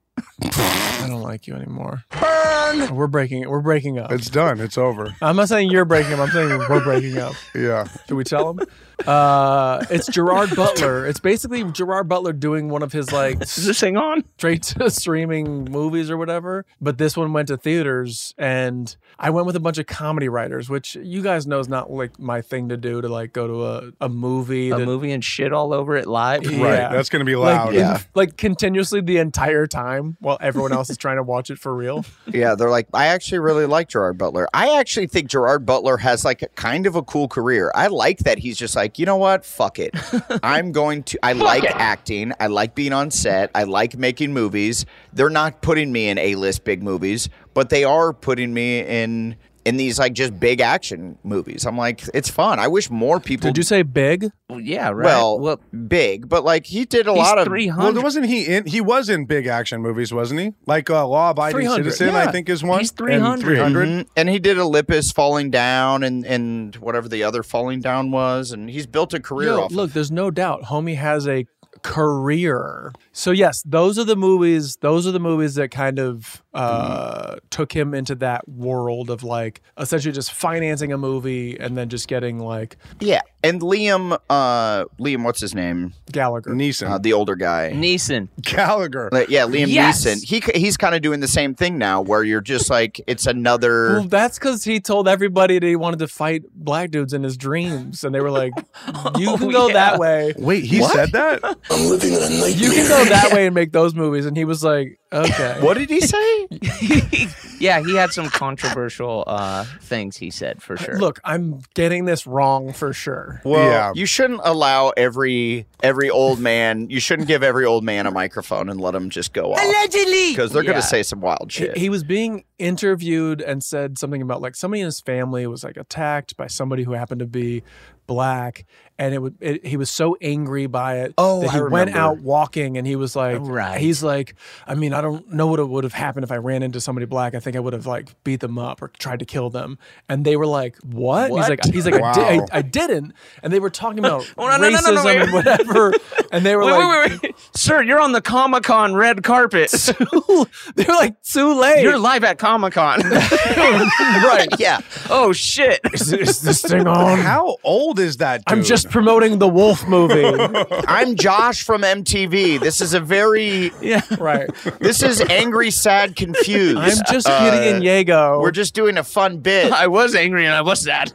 C: I don't like you anymore.
D: burn
L: done.
C: We're breaking it. We're breaking up.
E: It's done. It's over.
C: I'm not saying you're breaking up. I'm saying we're breaking up. (laughs)
E: Yeah.
C: Should we tell him? Uh, it's Gerard Butler. It's basically Gerard Butler doing one of his
E: (laughs)
C: like
M: Is this thing on?
C: straight (laughs) to streaming movies or whatever. But this one went to theaters, and I went with a bunch of comedy writers, which you guys know is not like my thing to do to like go to a, a movie
F: A
C: that-
F: movie and shit all over it live.
C: Yeah. Like, in-
D: Yeah.
C: like continuously the entire time while everyone else is trying to watch it for real.
D: yeah, they're like, I actually really like Gerard Butler. I actually think Gerard Butler has like a kind of a cool career. I like that he's just like, you know what? Fuck it. I'm going to, I like acting. I like being on set. I like making movies. They're not putting me in A list big movies, but they are putting me in. In these like just big action movies, I'm like, it's fun. I wish more people.
C: Did you say big?
F: Yeah, right.
D: Well, big, but like he did a lot of
E: Well, wasn't he in? He was in big action movies, wasn't he? Like uh, Law Abiding
D: 300,
E: Citizen, I
D: yeah.
E: think is one. And
D: Mhm. And he did Olympus falling down and, and whatever the other falling down was. And he's built a career
C: Yo,
D: off
C: look, there's no doubt homie has a career. So yes, those are the movies, those are the movies that kind of uh took him into that world of like essentially just financing a movie and then just getting like
D: Yeah. And Liam, uh, Liam, what's his name?
C: Gallagher.
E: Neeson.
D: Uh, the older guy.
F: Neeson.
E: Gallagher.
D: Like, yeah, Liam
C: Yes.
D: Neeson. He c- he's kind of doing the same thing now, where you're just like it's another.
C: Well, that's because he told everybody that he wanted to fight black dudes in his dreams, and they
D: (laughs)
C: were like,
D: Oh,
C: "You can go that way."
E: Wait, he said that? (laughs)
C: I'm living in a nightmare. You can go that way and make those movies, and he was like, "Okay."
D: what did he say?
F: yeah, he had (laughs) some controversial uh, things he said for sure.
C: Look, I'm getting this wrong for sure.
D: Well, you shouldn't allow every every old man. You shouldn't give every old man a microphone and let him just go off.
F: Allegedly.
D: because they're
C: Yeah.
D: gonna say some wild
C: He,
D: shit. (laughs)
C: he was being interviewed and said something about like somebody in his family was like attacked by somebody who happened to be black, and it would it, he was so angry by it
D: Oh,
C: that
D: I
C: he went
D: remember.
C: out walking and he was like, he's like, I mean, I don't know what would have happened if I ran into somebody black. I think I would have like beat them up or tried to kill them. And they were like, what? And he's
F: What?
C: like, he's like, I,
F: Wow.
C: did, I, I didn't. And they were
F: (laughs)
C: talking about
F: Oh, no, no, no, no,
C: racism
F: no, wait.
C: and whatever. And they were
F: Wait,
C: like,
F: wait, wait, (laughs) wait. Sir, you're on the Comic Con red carpet.
C: (laughs) they were like, too late.
F: You're live at Comic Con.
C: right. (laughs)
D: Yeah.
F: (laughs) Oh, shit.
C: Is, is this (laughs) thing on?
E: How old is that
C: I'm just promoting the Wolf
E: (laughs)
C: movie.
D: I'm Josh from MTV. This is a very
C: yeah right.
D: This is angry, sad, confused. Uh,
C: I'm just
E: Uh,
C: kidding in Yago. (laughs)
D: We're just doing a fun bit.
F: I was angry and I was sad.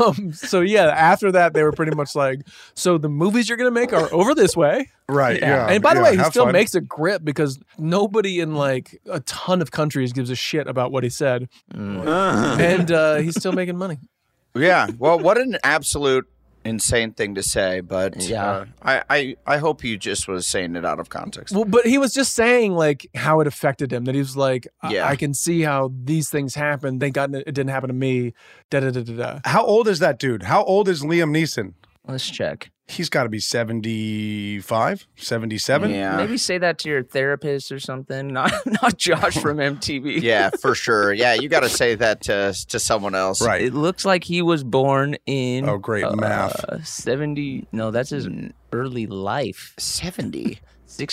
C: um, so yeah, after that, they were pretty much like, so the movies you're gonna make are over this way,
E: Right, yeah,
C: and by the
E: yeah,
C: way, he
E: have
C: still
E: fun.
C: makes a grip because nobody in like a ton of countries gives a shit about what he said,
E: Mm.
D: Uh-huh.
C: and uh, he's still making money.
D: (laughs) yeah. Well, what an absolute insane thing to say, but yeah. I, I I hope you just was saying it out of context.
C: Well, but he was just saying like how it affected him. That he was like, I,
D: Yeah.
C: I can see how these things happen. Thank God it didn't happen to me. Da da da da
E: (laughs)
C: da.
E: How old is that dude? How old is Liam Neeson?
F: Let's check.
E: He's got to be 75, 77.
D: Uh.
F: Maybe say that to your therapist or something. Not (laughs) not Josh from
D: (laughs)
F: MTV.
D: Yeah, for sure. Yeah, you got to say that to to someone else.
F: It looks like he was born in.
D: Oh, great,
F: uh,
D: math.
F: Seventy. No, that's his early life.
D: Seventy.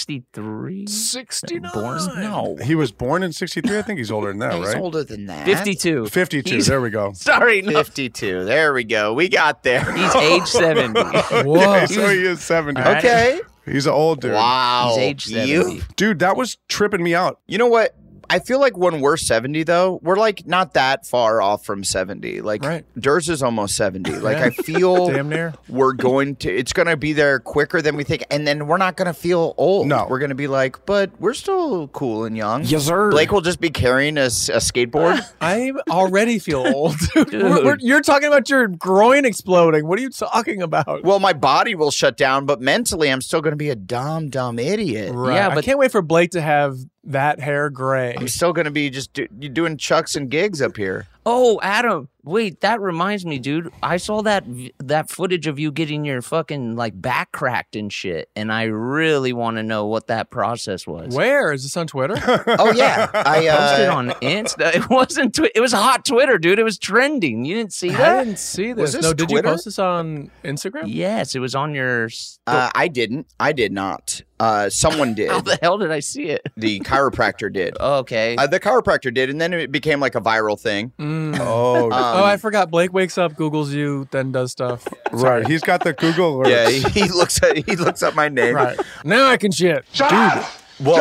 F: 63
C: 69
F: born
D: no
E: He was born in 63. I think he's older
D: (laughs)
E: than that,
D: He's
E: right?
D: older than that.
F: 52.
E: 52.
D: He's-
E: there
D: (laughs)
E: we go.
F: (laughs) Sorry, no.
D: 52. There we go. We got there.
F: He's age 70.
E: Whoa. so he is 70.
D: All right. (laughs) Okay.
E: He's an old dude.
D: Uh-huh. Wow. Oh, You-
E: Dude, that was tripping
D: (clears throat)
E: me out.
D: You know what? I feel like when we're 70 though, we're like not that far off from 70. Like Durs is almost
C: (laughs)
D: 70. Like
C: Yeah.
D: I feel
C: Damn near.
D: we're going to it's going to be there quicker than we think and then we're not going to feel old. No. We're going to be like, "But we're still cool and young."
C: Yes, sir.
D: Blake will just be carrying a, s- a
C: (laughs)
D: skateboard.
C: I already feel old. (laughs) We're- we're- you're talking about your groin exploding. What are you talking about?
D: well, my body will shut down, but mentally I'm still going to be a dumb dumb idiot.
C: Right. Yeah, I can't wait for Blake to have that hair gray.
D: I'm still going to be just do, doing chucks and gigs up here.
F: Oh, Adam, wait, that reminds me, dude. I saw that that footage of you getting your fucking like back cracked and shit, and I really want to know what that process was.
C: Where is this on Twitter? (laughs)
D: oh yeah, I uh,
F: posted on Insta. It wasn't. Twi- it was hot Twitter, dude. It was trending. You didn't see that?
C: I didn't see
D: Was
C: this.
D: this
C: no, did
D: Twitter?
C: you post this on Instagram?
F: Yes, it was on your. s- (laughs)
D: Uh, I didn't. I did not. Uh,
C: (laughs)
D: someone did.
F: How the hell did I see it?
D: the chiropractor did.
C: Oh.
F: Okay.
D: Uh, the chiropractor did, and then it became like a viral thing.
C: Mm.
E: Oh,
D: Uh,
C: oh, I forgot. Blake wakes up, Googles you, then does (laughs) stuff.
E: right. He's got the Google alert.
D: (laughs) yeah, he, he looks at he looks up my name.
C: Right. Now I can shit.
D: Well,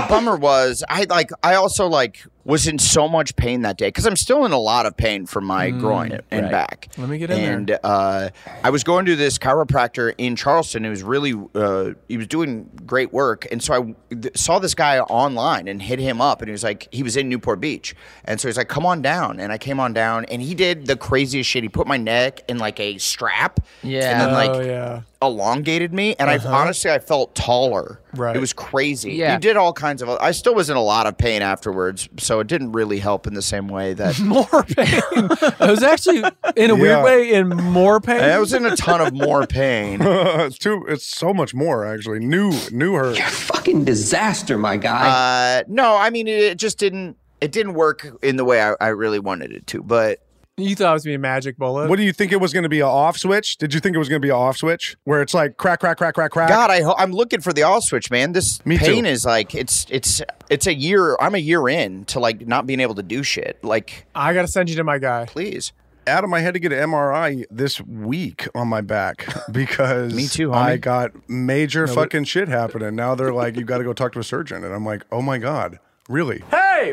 D: the bummer was I like I also like was in so much pain that day because I'm still in a lot of pain from my groin and
F: right.
D: back.
C: Mm, Let me get in
D: and
C: there.
D: uh, I was going to this chiropractor in Charleston who was really uh, he was doing great work, and so I th- saw this guy online and hit him up, and he was like he was in Newport Beach, and so he's like come on down, and I came on down, and he did the craziest shit. He put my neck in like a strap, and
F: Yeah.
D: then like
C: oh yeah.
D: elongated me, and I honestly I felt taller.
C: Right.
D: it was crazy.
F: Yeah.
D: he did all kinds of. I still was in a lot of pain afterwards, so it didn't really help in the same way that
C: (laughs) More pain. (laughs) I was actually in a
E: Yeah.
C: weird way in more pain.
D: I was in a ton of more pain.
E: (laughs) (laughs) it's too. It's so much more actually. New, new her.
J: Fucking disaster, my guy.
D: Uh, no, I mean it, it just didn't. It didn't work in the way I, I really wanted it to. But
C: you thought it was gonna be a magic bullet.
E: What do you think it was going to be? A off switch? Did you think it was going to be a off switch where it's like crack, crack, crack, crack, crack?
D: God, I ho- I'm looking for the all switch, man. This
E: Me
D: pain
E: too.
D: is like it's it's it's a year. I'm a year in to like not being able to do shit. Like,
C: I gotta send you to my guy.
D: please.
E: Adam, I had to get an MRI this week on
D: (laughs)
E: my back because
D: Me too,
E: I
D: homie.
E: got major fucking shit happening. Now they're like, you got to go talk to a surgeon, and I'm like, oh my god, really?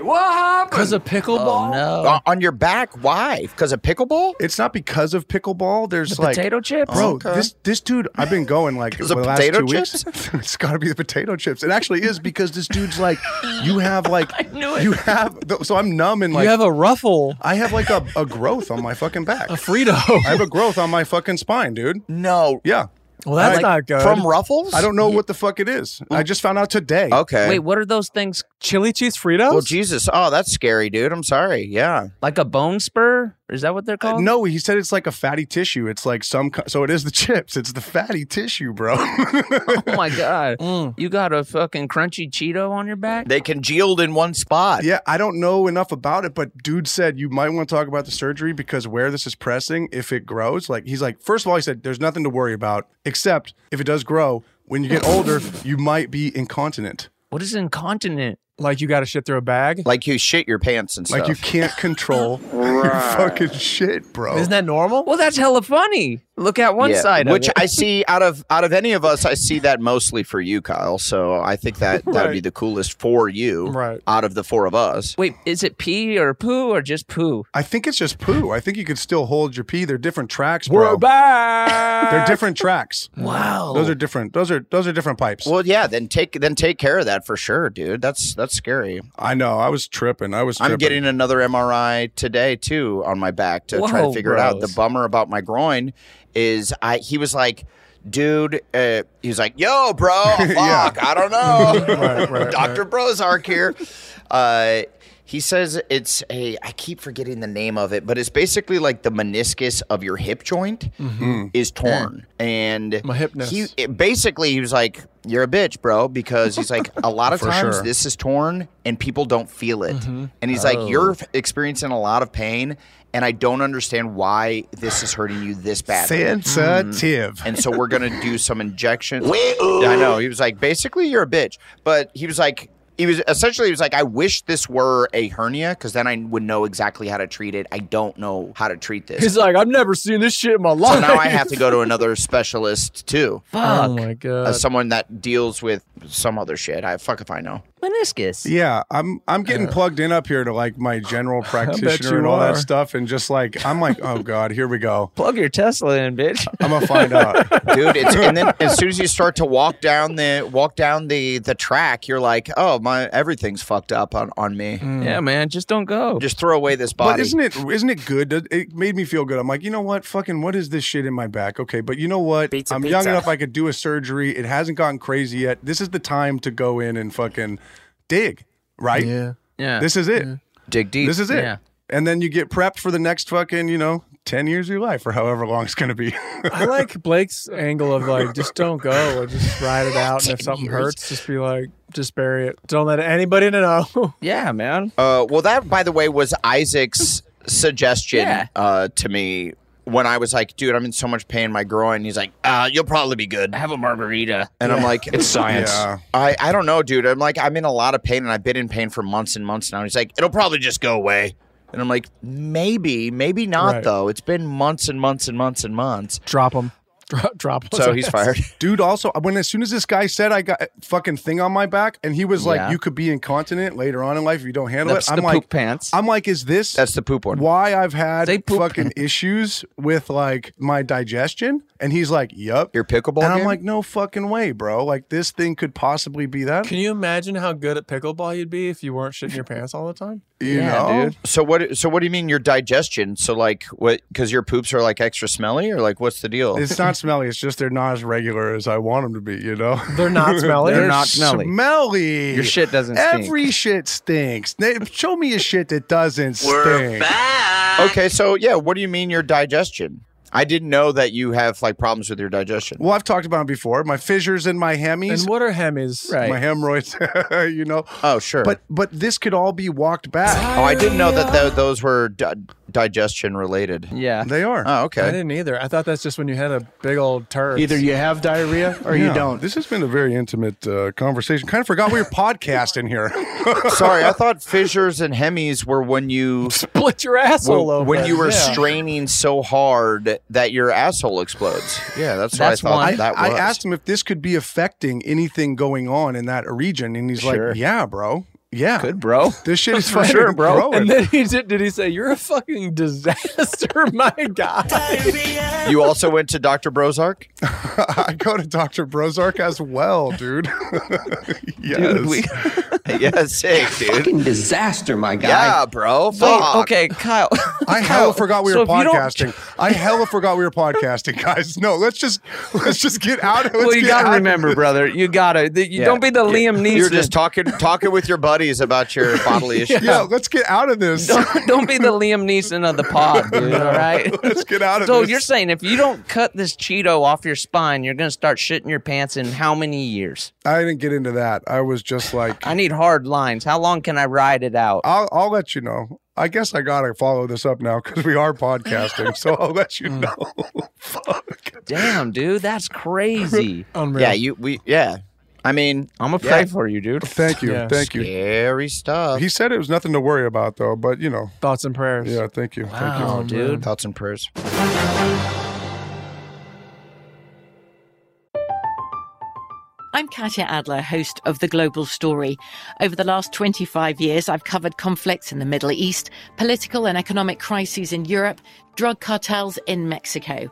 C: Because of pickleball.
F: No.
D: O- on your back, why? Because of pickleball?
E: It's not because of pickleball. There's like
F: potato chips?
E: Bro,
D: Okay.
E: this this dude, I've been
D: (laughs)
E: going like for
D: Because
E: the
D: of
E: last
D: potato
E: two
D: chips?
E: weeks. (laughs) it's got to be the potato chips. It actually is because this dude's like, you have
F: (laughs)
E: like, you have. th- So I'm numb and like,
C: you have a ruffle,
E: I have like a, a growth on my
D: (laughs)
E: fucking back.
C: a Frito.
E: I have a growth on my fucking spine, dude.
D: No,
E: Yeah,
C: well, that's not good.
D: from Ruffles.
E: I don't know what the fuck it is. I just found out today.
D: Okay.
F: Wait, what are those things?
C: chili cheese Fritos.
D: Well, Jesus. Oh, that's scary, dude. I'm sorry. Yeah.
F: Like a bone spur? Is that what they're called?
E: No, he said it's like a fatty tissue. It's like some, ki- so it is the (laughs) chips. It's the fatty tissue, bro. (laughs)
F: Oh my god. You got a fucking crunchy Cheeto on your back?
D: They congealed in one spot.
E: Yeah, I don't know enough about it, but dude said you might want to talk about the surgery because where this is pressing, if it grows, like he's like, first of all, he said there's nothing to worry about except if it does grow. When you get older, you might be incontinent.
F: What is incontinent?
C: like you gotta shit through a bag.
D: Like you shit your pants and
E: Like
D: stuff.
E: you can't control (laughs) your fucking shit, bro.
C: Isn't that normal?
F: Well, that's hella funny. Look at one
D: Yeah,
F: side
D: Which
F: of it.
D: I see out of out of any of us, I see that mostly for you, Kyle. So I think that that would be
C: Right.
D: the coolest for you,
C: Right.
D: Out of the four of us,
F: Wait, is it pee or poo or just poo?
E: I think it's just poo. I think you could still hold your pee. They're different tracks,
C: We're
E: bro.
C: back.
E: They're different tracks.
F: Wow.
E: Those are different. Those are those are different pipes.
D: well, yeah. Then take then take care of that for sure, dude. That's that's scary.
E: I know. I was tripping. I was. Tripping.
D: I'm getting another MRI today too on my back to try to
F: Whoa,
D: figure it out. The
F: bros.
D: bummer about my groin is I he was like, dude, uh, he was like, yo, bro, fuck, I don't know, Doctor Brozark here. Uh, he says it's a I keep forgetting the name of it, but it's basically like the meniscus of your hip joint is torn, and
C: My hipness.
D: He it- basically he was like. You're a bitch, bro, because he's like a lot of
E: For
D: times
E: sure.
D: this this is torn and people don't feel it. And he's like, You're f- experiencing a lot of pain, and I don't understand why this is hurting you this badly.
E: sensitive.
D: And so we're gonna do some injections. Yeah, I know. He was like, basically, you're a bitch. But he was like, he was essentially he was like, I wish this were a hernia because then I would know exactly how to treat it. I don't know how to treat this.
C: He's like, I've never seen this shit in my life.
D: so now I have to go to another specialist too,
F: Fuck.
C: Oh my god.
D: uh, someone that deals with some other shit. I fuck if I know.
F: Meniscus.
E: Yeah, I'm I'm
D: Uh.
E: getting plugged in up here to like
C: (laughs)
E: my general practitioner
C: you
E: and all that
C: are.
E: stuff, and just like I'm like, oh god, here we go.
F: Plug your Tesla in,
D: (laughs)
F: bitch.
E: I'm gonna find
C: (laughs)
E: out.
D: dude. It's, and then as soon as you start to walk down the walk down the the track, you're like, oh my, everything's fucked up on on me.
F: yeah, man. Just don't go.
D: Just throw away this
E: But
D: body.
E: isn't it isn't it good? Does- It made me feel good. I'm like, you know what? Fucking what is this shit in my back? Okay, but you know what? I'm young enough. I could do a surgery. It hasn't gotten crazy yet. This is the time to go in and fucking dig. Right?
C: yeah.
F: yeah.
E: This is it.
D: Dig deep.
E: This is it.
F: Yeah.
E: and then you get prepped for the next fucking, you know, 10 years of your life or however long it's going to be. (laughs)
C: I like Blake's angle of like, just don't go, or just ride it out, and if something hurts, just be like, just bury it. Don't let anybody know. (laughs)
D: yeah, man. Uh, well, that by the way was Isaac's suggestion
C: Yeah.
D: uh, to me when I was like, "Dude, I'm in so much pain, in my groin." He's like, uh, "You'll probably be good. Have a margarita." And I'm
M: Yeah.
D: like,
M: It's science. Yeah.
D: I I don't know, dude. I'm like, I'm in a lot of pain, and I've been in pain for months and months now. And he's like, "It'll probably just go away." And I'm like, maybe, maybe not
C: Right.
D: though. It's been months and months and months and months.
C: Drop him. Drop, drop him.
D: So he's fired.
E: Dude, also, when as soon as this guy said I got a fucking thing on my back, and he was like,
D: Yeah.
E: you could be incontinent later on in life if you don't handle
D: That's
E: it. I'm
D: the
E: like,
D: poop pants.
E: I'm like, is this
D: That's the poop one.
E: why I've had fucking
D: (laughs)
E: issues with like my digestion? And he's like, yup.
D: You're pickleball.
E: And I'm
C: game?
E: like, no fucking way, bro. Like, this thing could possibly be that.
C: Can you imagine how good at pickleball you'd be if you weren't shitting your (laughs) pants all the time?
D: So what? So what do you mean your digestion? So like what? Because your poops are like extra smelly, or like what's the deal?
E: It's not smelly. It's just they're not as regular as I want them to be. You know,
C: They're not smelly? They're not smelly.
E: Smelly.
C: Your shit doesn't stink.
E: Every shit stinks. Na- Show me a shit that doesn't stink.
D: Okay, so yeah, what do you mean your digestion? I didn't know that you have like problems with your digestion.
E: Well, I've talked about it before. My fissures and my hemis.
C: And what are hemis?
E: My hemorrhoids. (laughs) you know.
D: Oh sure.
E: But but this could all be walked back.
D: (laughs) oh, I didn't know that tho- those were di- digestion related.
M: Yeah,
E: they are.
D: Oh,
C: I
D: okay.
C: didn't either. I thought that's just when you had a big old (laughs) turd.
M: Either you have diarrhea or you
E: Yeah.
M: don't.
E: This has been a very intimate uh, conversation. Kind of forgot we were podcasting here. (laughs)
D: Sorry, I (laughs) thought fissures and hemis were when you
C: split your asshole
D: when,
C: open.
D: when you were
C: Yeah.
D: straining so hard that your asshole explodes. Yeah, that's, what I thought that
E: I
D: was.
E: asked him if this could be affecting anything going on in that region, and he's
M: Sure.
E: like, "Yeah, bro. Yeah,
M: Good, bro.
E: (laughs) This shit
M: (laughs)
E: is
M: For
E: fucking
M: sure, bro.
E: growing.
C: And then he did, did he say, You're a fucking (laughs) disaster, my guy.
D: you also went to Doctor Brozark.
E: (laughs)
D: (laughs)
E: I go to Doctor Brozark as well, dude. (laughs) yes.
D: yeah, sick, dude.
M: Fucking disaster, my guy.
D: Yeah, bro.
M: Wait,
D: Fuck.
M: okay, Kyle. (laughs)
E: I
M: Kyle,
E: hella forgot we
M: so
E: were
M: if you don't-
E: podcasting. I hella forgot we were podcasting, guys. No, let's just let's just get out. Let's
M: well, you
E: get
M: gotta
E: out.
M: remember, brother. You gotta. th- You
D: Yeah.
M: don't be the
D: Yeah.
M: Liam Neeson.
D: You're just talking talking with your buddies about your bodily
E: (laughs) Yeah.
D: issues.
E: let's get out of
M: (laughs)
E: this.
M: don't, don't be the Liam Neeson of the
D: (laughs)
M: pod, dude. All right.
E: (laughs) let's get out of
M: So
E: this.
M: you're saying if you don't cut this Cheeto off your spine, you're gonna start shitting your pants in how many years?
E: I didn't get into that. I was just like,
M: I need hard lines. How long can I ride it
E: (laughs)
M: out?
E: I'll I'll let you know. I guess I gotta follow this up now because we are podcasting. so I'll let
N: Hmm.
E: you know. (laughs)
M: Damn, dude, that's crazy.
C: Unreal.
D: Yeah, you we yeah. I mean,
M: I'm gonna pray
D: Yeah.
M: for you, dude.
E: Thank you,
C: Yeah.
E: thank you.
D: scary stuff.
E: He said it was nothing to worry about though, but you know,
C: Thoughts and prayers.
E: yeah, thank you,
C: Oh,
E: thank you.
M: Wow, dude.
D: Thoughts and prayers.
O: I'm Katya Adler, host of The Global Story. Over the last 25 years, I've covered conflicts in the Middle East, political and economic crises in Europe, drug cartels in Mexico.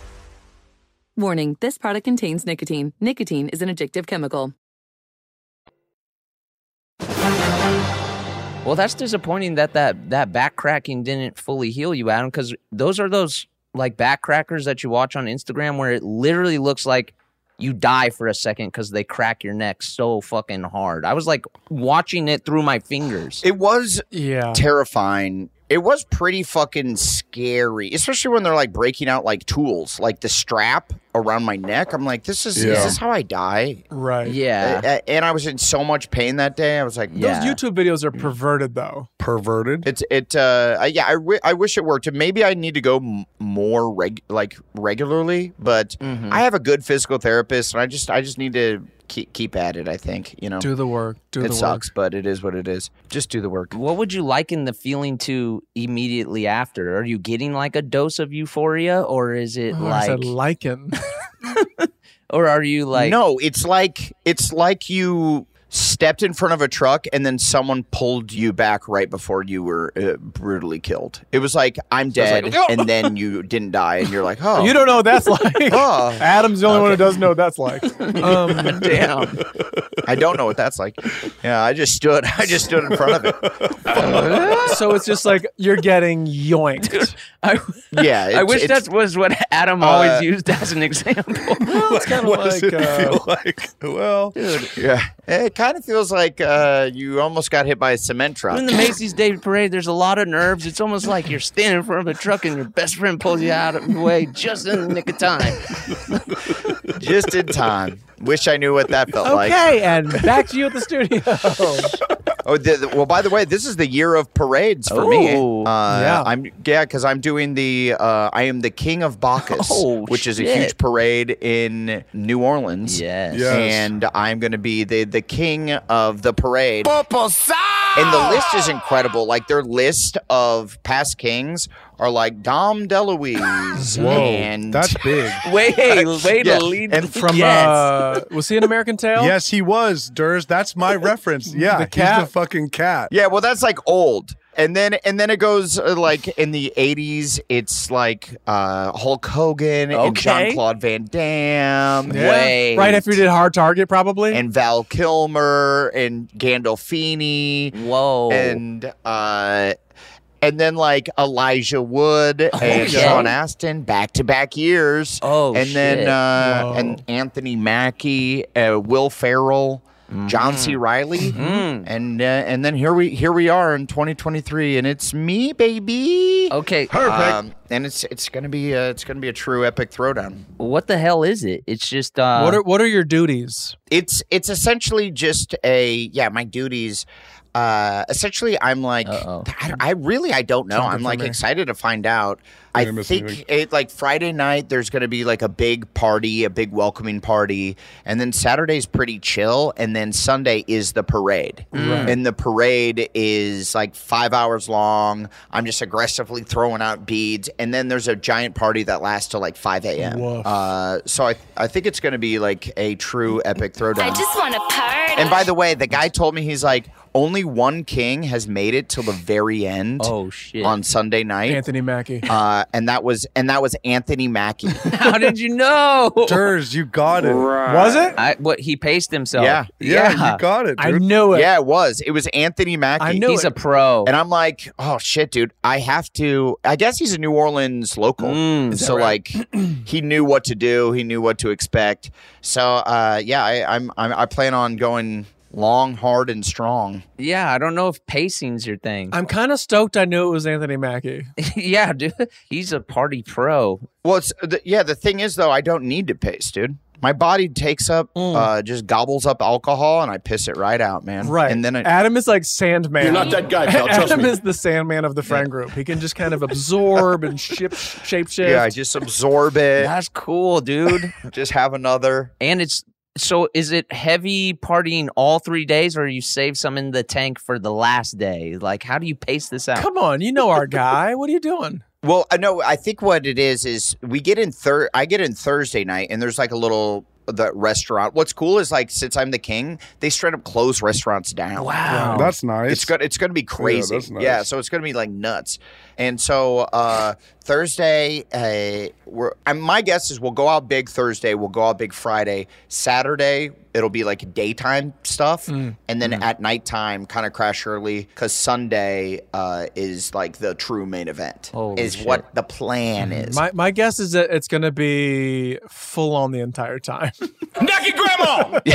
N: Warning, this product contains nicotine. Nicotine is an addictive chemical.
F: Well, that's disappointing that that, that back cracking didn't fully heal you, Adam, because those are those like back crackers that you watch on Instagram where it literally looks like you die for a second because they crack your neck so fucking hard. I was like watching it through
D: (laughs)
F: my fingers.
D: It was yeah terrifying. It was pretty fucking scary, especially when they're like breaking out like tools, like the strap around my neck. I'm like, this is
C: Yeah.
D: is this how I die?
C: Right.
D: Uh, uh, and I was in so much pain that day. I was like, yeah.
C: Those YouTube videos are perverted though.
D: perverted. It's it. Uh, I- yeah, I, wi- I wish it worked. And Maybe I need to go m- more reg like regularly, but
C: Mm-hmm.
D: I have a good physical therapist, and I just I just need to keep keep at it. I think you know,
C: Do the work. Do
D: it
C: the
D: sucks, but it is what it is. Just do the work.
F: What would you liken the feeling to immediately after? Are you getting like a dose of euphoria or is it
C: work. Oh, I
F: like
C: said (laughs) lichen.
F: or are you like
D: no? It's like it's like you stepped in front of a truck and then someone pulled you back right before you were uh, brutally killed. It was like I'm
C: So it's like,
D: dead,
C: (laughs) "Oh!"
D: and then you didn't die, and
C: (laughs)
D: you're like, oh,
C: You don't know what that's like.
D: Oh.
C: Adam's the only one who does know what that's like. Um,
D: Damn. I don't know what that's like. Yeah, I just stood. (laughs) I just stood in front of it.
C: so it's just like you're getting yoinked.
D: Yeah,
F: (laughs) I wish
C: that's
F: that was what Adam
C: Uh,
F: always used as an (laughs) example.
C: it's kind of like uh,
D: like? Well, (laughs) yeah, it kind of feels like uh, you almost got hit by a cement truck.
F: (laughs) in the Macy's Day Parade, there's a lot of nerves. It's almost like you're standing in front of a truck and your best friend pulls you out of the way just in the nick of time.
D: just in time. Wish I knew what that felt like.
C: okay, and back to you at the (laughs) studio.
D: Oh, the, the- well. By the way, this is the year of parades for me.
C: Oh,
D: Uh,
C: yeah.
D: I'm yeah, because I'm doing the. Uh, I am the king of Bacchus,
F: Oh,
D: which is a
F: shit.
D: huge parade in New Orleans.
F: (laughs) Yes.
E: Yes.
D: and I'm going to be the the king of the parade. And the list is incredible. Like their list of past kings are like Dom DeLuise.
E: Whoa,
D: and
E: that's
C: (laughs)
E: big.
F: Way, way
D: Yes.
F: to lead
D: And
F: the
C: From
F: yes.
C: uh, was he an American Tale?
E: Yes, he was Durs. That's my reference. Yeah,
C: The
E: he's
C: cat.
E: the fucking cat.
D: Yeah, well, that's like old. And then and then it goes uh, like in the 80s, it's like uh, Hulk Hogan and
F: Okay.
D: Jean Claude Van Damme.
C: Yeah.
F: Wait.
C: Right after you did Hard Target, probably.
D: And Val Kilmer and Gandolfini.
F: Whoa.
D: And. Uh, and then like Elijah Wood and
F: Okay.
D: Sean Astin back to back years.
F: Oh,
D: and then
F: shit.
D: uh,
C: Whoa.
D: and Anthony Mackie, uh, Will Farrell, John C.
F: Mm-hmm.
D: Riley, and uh, and then here we here we are in 2023, and it's me, baby.
F: okay.
D: Um, and it's it's gonna be a, it's gonna be a true epic throwdown.
F: What the hell is it? It's just
D: Uh-huh.
F: uh
C: what are what are your duties?
D: It's it's essentially just a yeah. My duties. Uh, essentially, I'm like
F: Uh-oh.
D: I, don't- I really I don't know.
E: Something
D: I'm
E: for
D: like
E: me.
D: excited to find out.
E: I
D: I
E: didn't miss anything.
D: think it like Friday night there's going to be like a big party, a big welcoming party, and then Saturday's pretty chill, and then Sunday is the parade, and the parade is like five hours long. I'm just aggressively throwing out beads, and then there's a giant party that lasts till like five a.m.
C: Woof.
D: Uh, so I I think it's going to be like a true epic throwdown.
N: want to party.
D: And by the way, the guy told me he's like only one king has made it till the very end
F: Oh shit.
D: on Sunday night,
C: Anthony Mackie.
D: uh, and that was and that was Anthony
C: (laughs)
D: Mackie.
F: How did you know?
E: Durs, you got it.
C: Was it?
F: (laughs) I, what he paced himself.
D: Yeah.
E: Yeah, you got it,
C: I
E: dude.
C: knew it.
D: yeah, it was. It was Anthony Mackie.
C: I knew
F: He's
C: it.
F: a pro.
D: And I'm like, oh shit, dude. I have to. I guess he's a New Orleans local,
F: Mm.
D: so like, he knew what to do. He knew what to expect. So uh, yeah, I, I'm, I'm I plan on going long, hard, and strong.
F: yeah, I don't know if pacing's your thing.
C: I'm kind of stoked. I knew it was
D: (laughs)
C: Anthony Mackie.
F: (laughs) yeah, dude. He's a party pro.
D: Well, it's, the, yeah. The thing is, though, I don't need to piss, dude. My body takes up,
C: Mm.
D: uh, just gobbles up alcohol, and I piss it right out, man.
C: Right.
D: And then I,
C: Adam is like Sandman.
K: You're not that guy,
C: (laughs)
K: pal, trust
C: Adam
K: me.
C: is the Sandman of the friend group. He can just kind of absorb and ship shape shift.
D: yeah, I just absorb
C: (laughs)
D: it.
F: That's cool, dude.
D: just have another.
F: and it's so is it heavy partying all three days or you save some in the tank for the last day? Like how do you pace this out?
C: Come on, you know our guy. What are you doing?
D: Well, I know. I think what it is is we get in third. I get in Thursday night, and there's like a little the restaurant. What's cool is like since I'm the king, they straight up close restaurants down.
E: Wow. That's nice.
D: It's gonna it's gonna be crazy. Yeah,
E: that's nice.
D: so it's gonna be like nuts. And so uh, Thursday, uh, we're I, my guess is we'll go out big Thursday. We'll go out big Friday. Saturday, it'll be like daytime stuff,
P: Mm.
D: and then at nighttime, kind of crash early because Sunday uh, is like the true main event. is
C: shit.
D: what the plan is.
C: My, my guess is that it's going to be full on the entire time.
D: Nucky Grandma.
C: (laughs)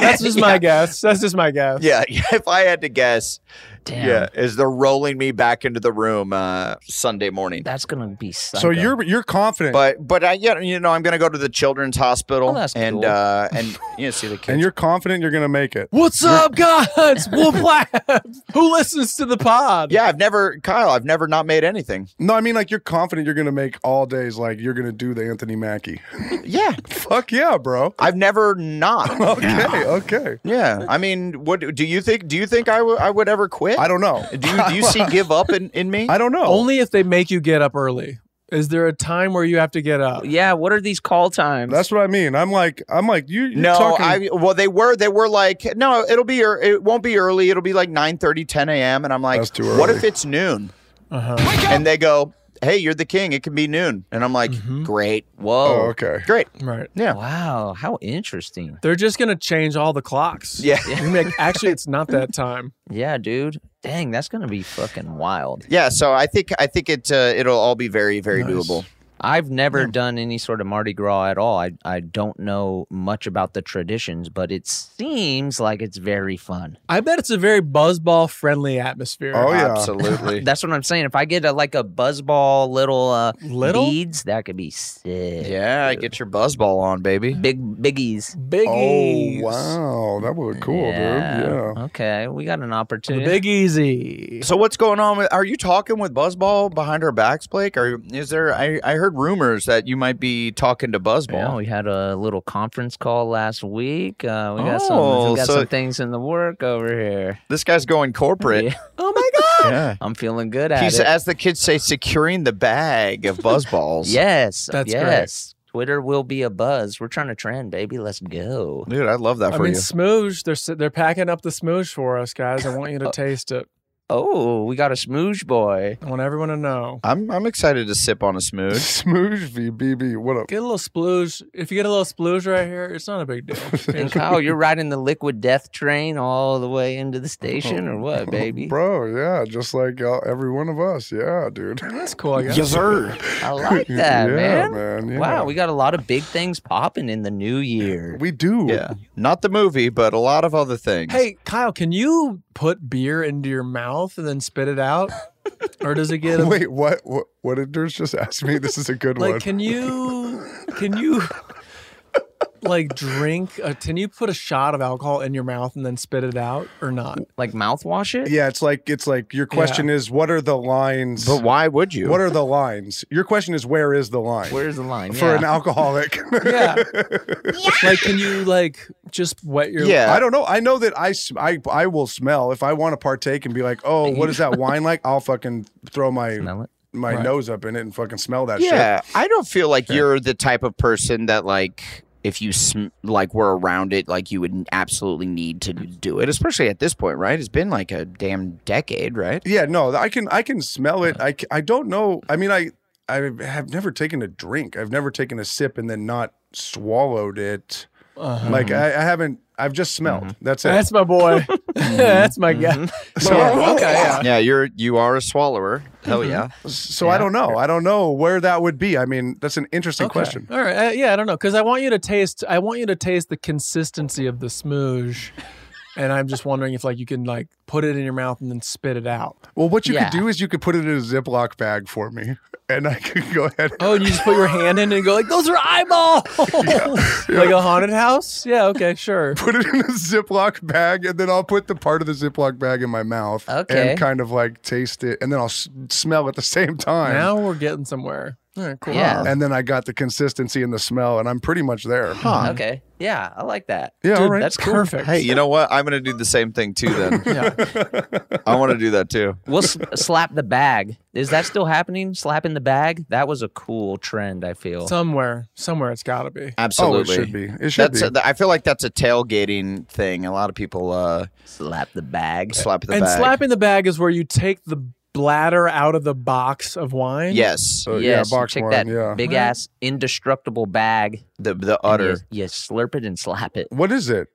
C: That's just my guess. That's just my guess.
D: Yeah, (laughs) if I had to guess,
C: Damn.
D: yeah, is they're rolling me back into the room uh, Sunday morning. That's gonna be
E: So you're you're confident,
D: but but I yeah you know I'm gonna go to the children's hospital
E: Oh, that's
D: and
E: cool.
D: uh,
E: (laughs)
D: and you know, see the kids.
E: and you're confident you're gonna make it.
C: What's up, guys? Wolf Labs. Who listens to the pod?
D: Yeah, I've never Kyle. I've never not made anything.
E: No, I mean like you're confident you're gonna make all days. Like you're gonna do the Anthony Mackie. (laughs)
D: yeah.
E: Fuck yeah, bro.
D: I've never not.
E: (laughs) okay. Okay.
D: Yeah, I mean, what do you think? Do you think I would I would ever quit? I
E: don't know.
D: Do you
E: (laughs)
D: do you see give up in, in me?
E: I don't know.
C: Only if they make you get up early. Is there a time where you have to get up?
M: Yeah. What are these call times?
E: That's what I mean. I'm like I'm like you. You're
D: no,
E: talking,
D: I well they were they were like no, it'll be ear- it won't be early. It'll be like 9:30, 10 a.m. And I'm like, what
E: early. Uh-huh.
D: if it's noon? And they go, hey, you're the king. It can be noon. And I'm like,
E: Mm-hmm.
D: great. Whoa.
C: Oh, okay.
D: Great.
C: Right.
D: Yeah.
M: Wow. How interesting.
C: They're just going to change all the clocks.
D: Yeah.
C: You make, actually, it's not that time.
M: Yeah, dude. Dang, that's gonna be fucking wild.
D: Yeah. So I think I think it uh, it'll all be very very doable.
M: I've never done any sort of Mardi Gras at all. I I don't know much about the traditions, but it seems like it's very fun.
C: I bet it's a very buzzball friendly atmosphere.
E: Oh,
C: (laughs)
M: that's what I'm saying. If I get a, like a buzzball little uh
C: Little?
M: beads, that could be sick.
D: Yeah, get your buzzball on, baby.
M: Big biggies.
C: Biggies.
E: Oh wow, that would cool, dude. Yeah.
M: Okay, we got an opportunity.
C: Easy.
D: So what's going on? With, are you talking with Buzzball behind our backs, Blake? Or is there? I, I heard rumors that you might be talking to Buzzball.
M: Yeah, we had a little conference call last week. Uh, we got, some,
D: Oh,
M: we got
D: so-
M: some things in the work over here.
D: This guy's going corporate.
C: (laughs) Oh my
D: god! Yeah.
M: I'm feeling good at
D: He's,
M: it.
D: as the kids say, securing the bag of
C: (laughs)
D: buzzballs.
M: Yes,
D: That's great.
M: yes. Twitter will be a buzz. We're trying to trend, baby. Let's go,
D: dude. I love that
C: I mean, smooge. They're s- they're packing up the smooge for us, guys. I want you to taste it.
M: Oh, we got a smooge
C: (laughs)
M: boy.
C: I want everyone to know.
D: I'm I'm excited to sip on a smooth.
E: Smooge v BB. What up?
C: Get a little splooge. If you get a little splooge right here, it's not a big deal.
M: And Kyle, you're riding the liquid death train all the way into the station, or
E: (laughs)
M: what, baby?
E: Oh, Bro, yeah, just like uh, every one of us. Yeah, dude. (laughs) That's
C: cool, I guess.
M: Yes, sir. I like that,
E: yeah,
M: man.
E: yeah.
M: Wow, we got a lot of big things popping in the new year.
E: We do.
D: Yeah. Not the movie, but a lot of other things.
C: Hey, Kyle, can you put beer into your mouth and then spit it out, or does it get
E: (laughs)
C: a,
E: Wait, what? What? What did Durs just ask me? This is a
C: (laughs)
E: good
C: like?
E: one.
C: Can you can you like drink? A, can you put a shot of alcohol in your mouth and then spit it out, or not?
M: Like mouthwash it?
E: Yeah, it's like it's like your question is what are the lines?
D: But why would you?
E: What are the lines? Your question is where is the line?
M: Where's the line
E: for
C: Yeah.
E: an alcoholic? (laughs)
C: Yeah. (laughs) like, can you like just wet your?
E: I don't know. I know that I, sm- I I will smell if I want to partake and be like, oh, what is that wine like? I'll fucking throw my my
D: Right.
E: nose up in it and fucking smell that
D: yeah,
E: shit.
D: I don't feel like you're the type of person that like if you sm- like were around it, like you would absolutely need to do it, especially at this point, right? It's been like a damn decade, right?
E: Yeah, no, I can I can smell it. I, c- I don't know. I mean, I I have never taken a drink. I've never taken a sip and then not swallowed it.
C: Uh-huh. Mm-hmm. Oh,
E: Like I, I haven't. I've just smelled. That's it.
C: That's my boy. (laughs) That's my
E: Mm-hmm.
C: guy.
E: (laughs) So-
C: Yeah, okay, yeah.
D: Yeah, you're you are a swallower. Hell yeah.
E: So I don't know. I don't know where that would be. I mean, that's an interesting question.
C: All right. Uh, yeah, I don't know because I want you to taste. I want you to taste the consistency of the smooge, and I'm just wondering if like you can like put it in your mouth and then spit it out.
E: Well, what you
C: Yeah.
E: could do is you could put it in a Ziploc bag for me, (laughs) and I could go ahead.
C: Oh, and you just put your hand in and go like, "Those are eyeballs." (laughs) Like a haunted house? Yeah. Okay. Sure.
E: Put it in a Ziploc bag, and then I'll put the part of the Ziploc bag in my mouth
C: Okay.
E: and kind of like taste it, and then I'll s- smell at the same time.
C: Now we're getting somewhere. All right, cool.
F: Yeah.
E: And then I got the consistency and the smell, and I'm pretty much there. Hmm.
F: Okay. Yeah, I like that.
E: Yeah, all right.
F: That's cool.
D: Hey, you know what? I'm going to do the same thing too then. I want to do that too.
F: We'll s- (laughs) slap the bag. Is that still happening? Slapping the bag? That was a cool trend, I feel.
C: Somewhere, somewhere it's got to be.
D: Absolutely. that's
C: be.
D: A, I feel like that's a tailgating thing. A lot of people uh,
F: slap the bag.
D: Slap the
C: and
D: bag.
C: slapping the bag is where you take the bladder out of the box of wine.
D: Yes.
F: yes, you take that big ass indestructible bag.
D: The the
F: udder. You, you slurp it and slap it.
E: What is it?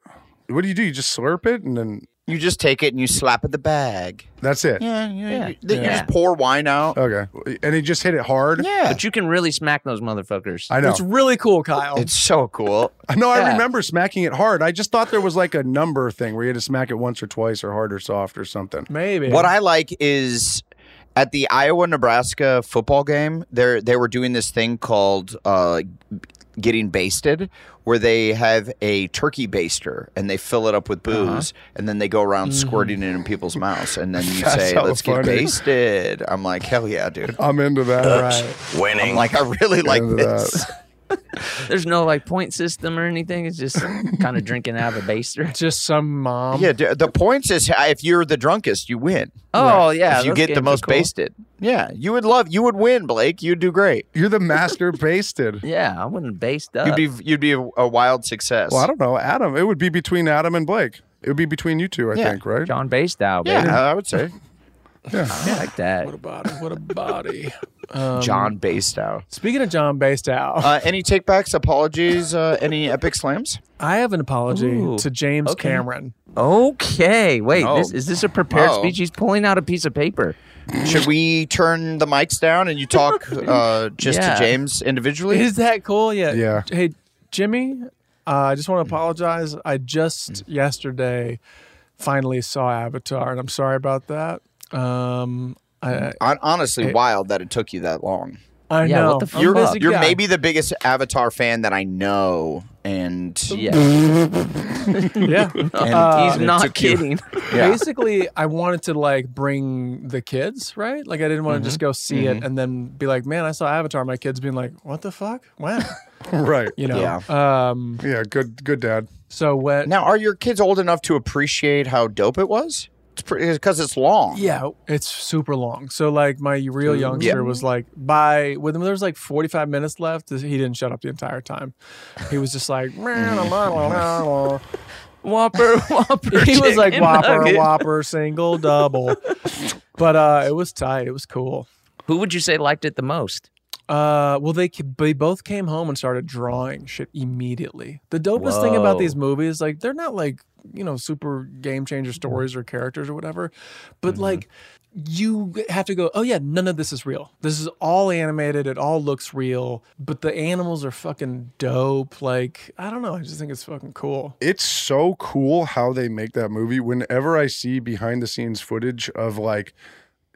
E: What do you do? You just slurp it and then
D: you just take it and you slap at the bag.
E: That's it.
D: Yeah, yeah.
F: Yeah.
D: You, they- you
F: Yeah.
D: just pour wine out.
E: Okay. And he just hit it hard.
D: Yeah.
F: But you can really smack those motherfuckers.
E: I know. It's
C: really cool, Kyle.
D: It's so cool.
E: (laughs) No, I
F: Yeah.
E: remember smacking it hard. I just thought there was like a number thing where you had to smack it once or twice or hard or soft or something.
C: Maybe.
D: What I like is at the Iowa Nebraska football game, they they were doing this thing called uh, getting basted, where they have a turkey baster and they fill it up with
E: Uh-huh.
D: booze, and then they go around squirting it in
E: (laughs)
D: people's mouths, and then you
E: Mm-hmm. That's
D: say,
E: hella
D: "Let's get
E: funny.
D: basted." I'm like, "Hell yeah, dude!" (laughs)
E: I'm into that.
D: Winning. I'm like, I really (laughs) like
E: Into
D: this.
F: There's no like point system or anything. It's just
D: (laughs)
F: kind of drinking out of a baster.
C: Just some mom.
D: Yeah, d- the points is hi- if you're the drunkest, you win.
F: Oh, Right. yeah,
D: if you
F: those
D: get
F: games
D: the
F: are
D: most
F: cool.
D: basted. Yeah, you would love, you would win, Blake. You'd do great.
E: You're the
D: (laughs)
E: master basted.
F: Yeah, I wouldn't baste up.
D: You'd be you'd be a, a wild success.
E: Well, I don't know, Adam. It would be between Adam and Blake. It would be between you two, I
D: Yeah.
E: think, right?
F: John based out.
D: Yeah, I would say.
F: I like that. What a
C: body. What a body. Um,
D: John Bastow.
C: Speaking of John Bastow,
D: Uh, any takebacks, apologies, uh, any epic slams?
C: I have an apology
F: Ooh,
C: to James
F: okay.
C: Cameron.
F: Okay, wait.
D: No.
F: This, is this a prepared
D: Oh.
F: speech? He's pulling out a piece of paper.
D: Should we turn the mics down and you
C: (laughs)
D: talk uh, just
C: Yeah.
D: to James individually?
C: Is that cool? Yeah.
E: Yeah.
C: Hey, Jimmy, uh, I just want to apologize. I just yesterday finally saw Avatar, and I'm sorry about that. Um, I,
D: Hon- honestly
C: Hey.
D: wild that it took you that long.
C: I Yeah, what know. the fuck?
D: you're
C: I'm a busy
D: you're
C: guy.
D: maybe the biggest Avatar fan that I know, and
F: Yeah.
C: (laughs) yeah,
D: Uh, He's not kidding. Yeah.
C: Basically, I wanted to like bring the kids, right? Like I didn't want to just go see it and then be like, "Man, I saw Avatar." My kids being like, "What the fuck? Wow."
E: (laughs) right.
C: You know.
D: Yeah.
C: Um,
E: yeah. Good. Good dad.
C: So what?
D: Now, are your kids old enough to appreciate how dope it was? It's because it's long.
C: Yeah, it's super long. So like my real
D: Dude.
C: youngster
D: Yeah.
C: was like by when there was like 45 minutes left, he didn't shut up the entire time. He was just like (laughs) whopper
F: (laughs) whopper.
C: He was like
F: chicken
C: whopper
F: nugget."
C: whopper single double. but uh it was tight. It was cool.
F: Who would you say liked it the most?
C: Uh, well, they ca- they both came home and started drawing shit immediately. The dopest thing about
F: Whoa.
C: these movies, like they're not like you know super game changer stories or characters or whatever, but like you have to go, oh yeah, none of this is real. This is all animated. It all looks real, but the animals are fucking dope. Like I don't know, I just think it's fucking cool.
E: It's so cool how they make that movie. Whenever I see behind the scenes footage of like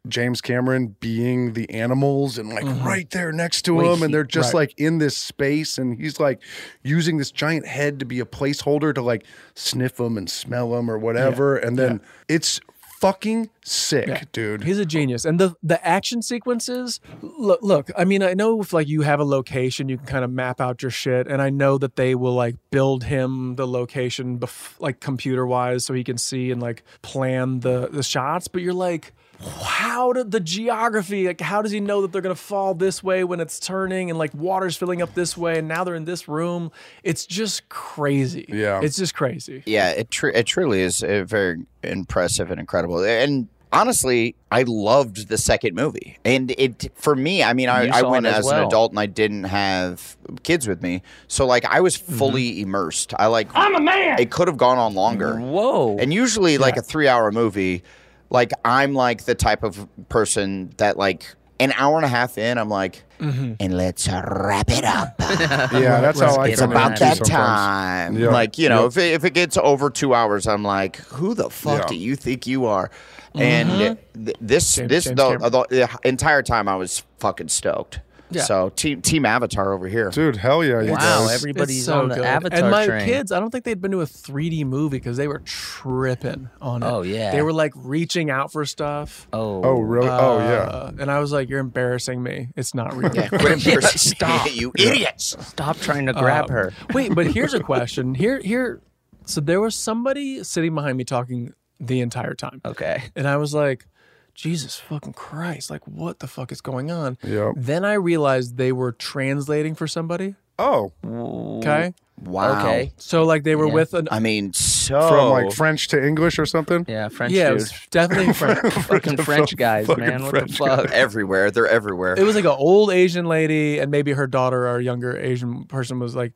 E: James Cameron being the animals and like
Q: Mhm.
E: right there next to
Q: Wait,
E: him, and they're
Q: he-
E: just
Q: right.
E: like in this space, and he's like using this giant head to be a placeholder to like sniff them and smell them or whatever. And then it's fucking sick,
C: Yeah.
E: dude.
C: He's a genius. And the the action sequences, look, look, I mean, I know if like you have a location, you can kind of map out your shit, and I know that they will like build him the location bef- like computer wise so he can see and like plan the the shots, but you're like how did the geography like how does he know that they're going to fall this way when it's turning and like water's filling up this way and now they're in this room it's just crazy
D: Yeah.
C: it's just crazy
D: Yeah, it tru- it truly is uh, very impressive and incredible. And honestly, I loved the second movie. And it for me, I mean, I,
F: You
D: I
F: saw
D: went
F: it as
D: as an
F: well.
D: adult and I didn't have kids with me, so like I was
F: Mm-hmm.
D: fully immersed. I like I'm a man. It could have gone on longer.
F: Whoa!
D: And usually, like a three hour movie, like I'm like the type of person that like an hour and a half in, I'm like,
F: Mm-hmm.
D: and let's wrap it up.
F: (laughs)
E: Yeah, that's how I
D: It's
E: come in
D: about
E: too
D: that
E: sometimes.
D: time.
E: Yeah.
D: Like you know,
E: Yeah.
D: if it, if it gets over two hours, I'm like, who the fuck
E: Yeah.
D: do you think you are? And th- this
C: James-
D: this
C: James
D: the,
C: Cameron.
D: the, the entire time I was fucking stoked. Yeah. So team team Avatar over (laughs) here,
E: dude. Hell yeah!
F: Wow, everybody's so on the good. Avatar
C: And my
F: train.
C: kids, I don't think they'd been to a 3D movie because they were tripping on it.
F: Oh, yeah.
C: they were like reaching out for stuff. Uh,
F: Oh,
E: Oh, really? Oh, yeah.
C: And I was like, "You're embarrassing me. It's not real.
F: Yeah, quit embarrassing
C: Stop,
F: me, you idiots. Stop trying to
C: Um,
F: grab her.
C: wait, but here's a question. Here, here. So there was somebody sitting behind me talking the entire time.
F: Okay.
C: And I was like, Jesus fucking Christ! Like, what the fuck is going on? Then I realized they were translating for somebody.
E: Oh.
C: Okay.
E: Wow. Okay.
C: So like they were
E: Yeah.
C: with an.
E: I
D: mean, so
E: From like French to English or something?
F: Yeah,
C: yeah, it was definitely (laughs)
F: (laughs)
C: French.
F: Fucking French guys, man. What the fuck?
D: everywhere. They're everywhere.
C: It was like an old Asian lady, and maybe her daughter or younger Asian person was like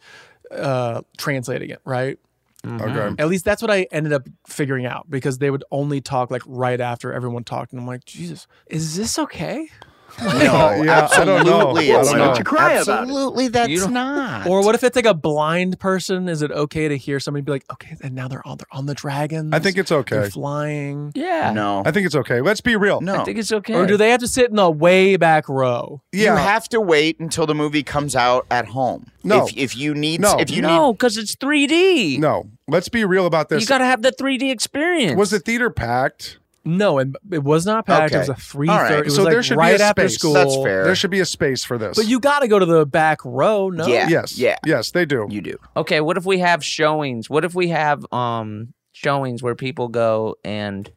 C: uh, translating it, right?
E: Okay.
C: At least that's what I ended up figuring out because they would only talk like right after everyone talked, and I'm like, Jesus, is this okay?
E: No, (laughs) Yeah, I don't know. absolutely it's
C: Why
E: not.
C: would you cry about it?
D: Absolutely,
C: You
D: that's
C: don't-
D: not.
C: Or what if it's like a blind person? Is it okay to hear somebody be like, okay, and now they're on, they're on the dragons?
E: I think it's okay.
C: They're flying.
F: Yeah.
D: No.
E: I think it's okay. Let's be real.
D: No. I think
F: it's okay.
C: Or do they have to sit in the way back row?
D: You have to wait until the movie comes out at home.
E: No.
D: If, if you need,
E: No.
D: if you
F: No, because it's 3D.
E: No. Let's be real about this.
F: You got to have the 3D experience.
E: Was the theater packed?
C: No, and it was not packed. It was a
E: Okay.
C: three
E: All right.
C: thirty.
E: So
C: like
E: there should be
C: right
E: a
C: after
E: space.
C: school.
E: That's fair. There should be a space for this.
C: But you got to go to the back row. No.
E: Yes. Yes, they do.
D: You do.
F: Okay, what if we have showings? What if we have um showings where people go and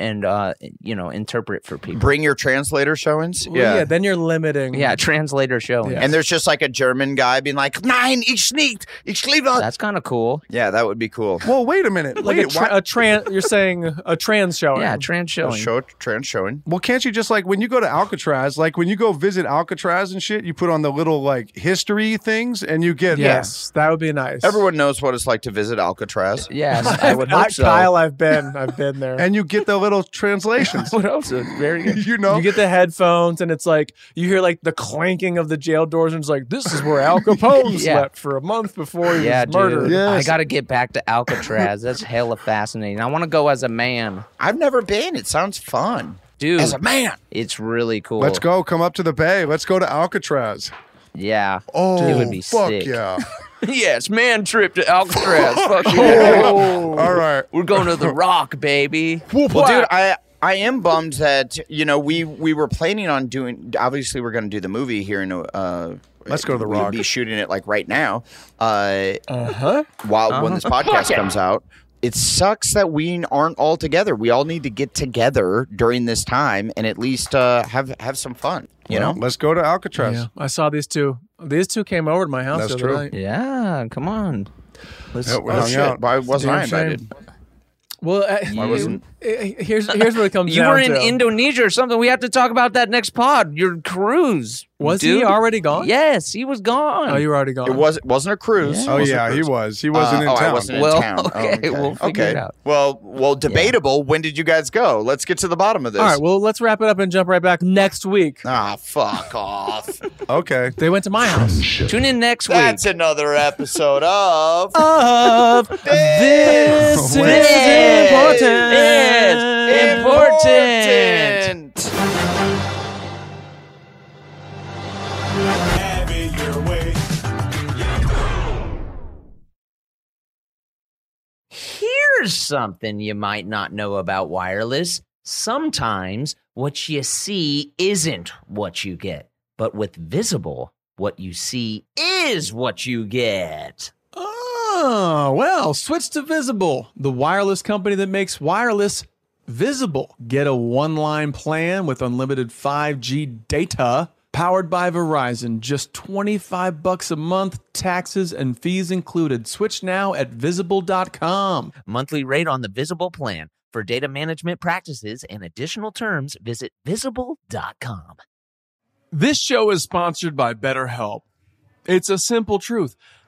F: and uh you know interpret for people?
D: bring your translator showings,
F: Well, yeah,
C: Then you're limiting.
F: Yeah, translator showings.
D: And there's just like a German guy being like, "Nein, ich nicht, ich liebe."
F: That's kind of cool.
D: Yeah, that would be cool.
E: Well, wait a minute.
C: Like a,
E: wait,
C: tra- a trans. You're saying a trans Oh, showing.
F: Yeah, trans
D: A show, trans showing.
E: Well, can't you just like when you go to Alcatraz, like when you go visit Alcatraz and shit, you put on the little like history things and you get
C: Yes, that would be nice.
D: Everyone knows what it's like to visit Alcatraz.
F: Yes,
E: I would
C: I,
E: hope so.
F: (laughs)
C: Kyle, I've been. I've been there.
E: and you get the little translations.
F: what else? Very
E: (laughs)
F: good.
E: You know,
C: You get the headphones, and it's like you hear like the clanking of the jail doors, and it's like this is where Al Capone
F: Yeah.
C: slept for a month before he
F: Yeah,
C: was
F: dude.
C: murdered.
F: I got to get back to Alcatraz. That's hella fascinating. I want to go as a man.
D: I've never been. It sounds fun.
F: Dude.
D: As a man.
F: It's really cool.
E: Let's go. Come up to the bay. Let's go to Alcatraz.
F: Yeah.
E: Oh,
F: it would be
E: fuck
F: sick.
E: yeah.
F: (laughs) yes, man trip to Alcatraz. Fuck yeah.
E: Oh. (laughs) All right.
F: We're going to the rock, baby.
D: Well, dude, I I am bummed that you know we we were planning on doing. Obviously, we're going to do the movie here in. Uh,
E: Let's go to the
D: we'll
E: Rock.
D: Be shooting it like right now. Uh,
C: uh-huh.
D: While when this
E: Uh-huh.
D: podcast
E: Yeah.
D: comes out, it sucks that we aren't all together. We all need to get together during this time and at least uh, have have some fun. You
E: Well,
D: know.
E: let's go to Alcatraz.
C: Yeah, I saw these two. These two came over to my house
E: That's
C: the other
E: true.
C: night.
F: Yeah, come on. Let's,
E: Yeah, we hung out.
D: Why wasn't
C: Damn
D: I invited?
C: Well, uh, I,
D: Why wasn't-
C: it- eh, here's here's what it comes
F: (laughs) you
C: down
F: were in
C: to.
F: Indonesia or something. We have to talk about that next pod. Your cruise.
C: Was
F: dude.
C: he already gone?
F: Yes, he was gone.
C: Oh, you were already gone.
D: It was wasn't a cruise.
E: Oh,
D: It wasn't a
E: yeah, he
D: cruise.
E: was. He wasn't in
D: oh, I
E: town.
D: wasn't in
F: Well,
D: town. Oh,
F: (laughs) okay, we'll figure it out.
D: Well, well, debatable. When did you guys go? Let's get to the bottom of this.
C: All right. Well, let's wrap it up and jump right back next week.
D: Ah, fuck
F: (laughs)
D: off.
E: Okay.
C: They went to my house.
F: Tune in next
D: That's another episode of
C: Of this is
F: It's important. Here's something you might not know about wireless. Sometimes what you see isn't what you get, but with visible, what you see is what you get.
C: Oh, well, switch to Visible, the wireless company that makes wireless visible. Get a one line plan with unlimited 5G data powered by Verizon. Just 25 bucks a month, taxes and fees included. Switch now at visible.com.
F: Monthly rate on the visible plan. For data management practices and additional terms, visit visible.com.
C: This show is sponsored by BetterHelp. It's a simple truth.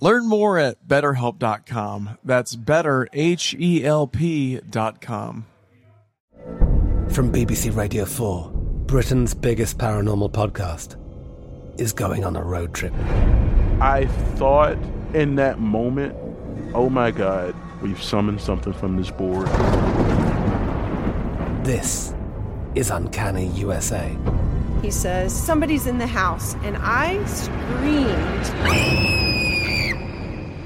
C: Learn more at betterhelp.com. That's better, H E L P.com.
J: From BBC Radio 4, Britain's biggest paranormal podcast is going on a road trip.
K: I thought in that moment, oh my God, we've summoned something from this board.
J: This is Uncanny USA.
R: He says, Somebody's in the house. And I screamed.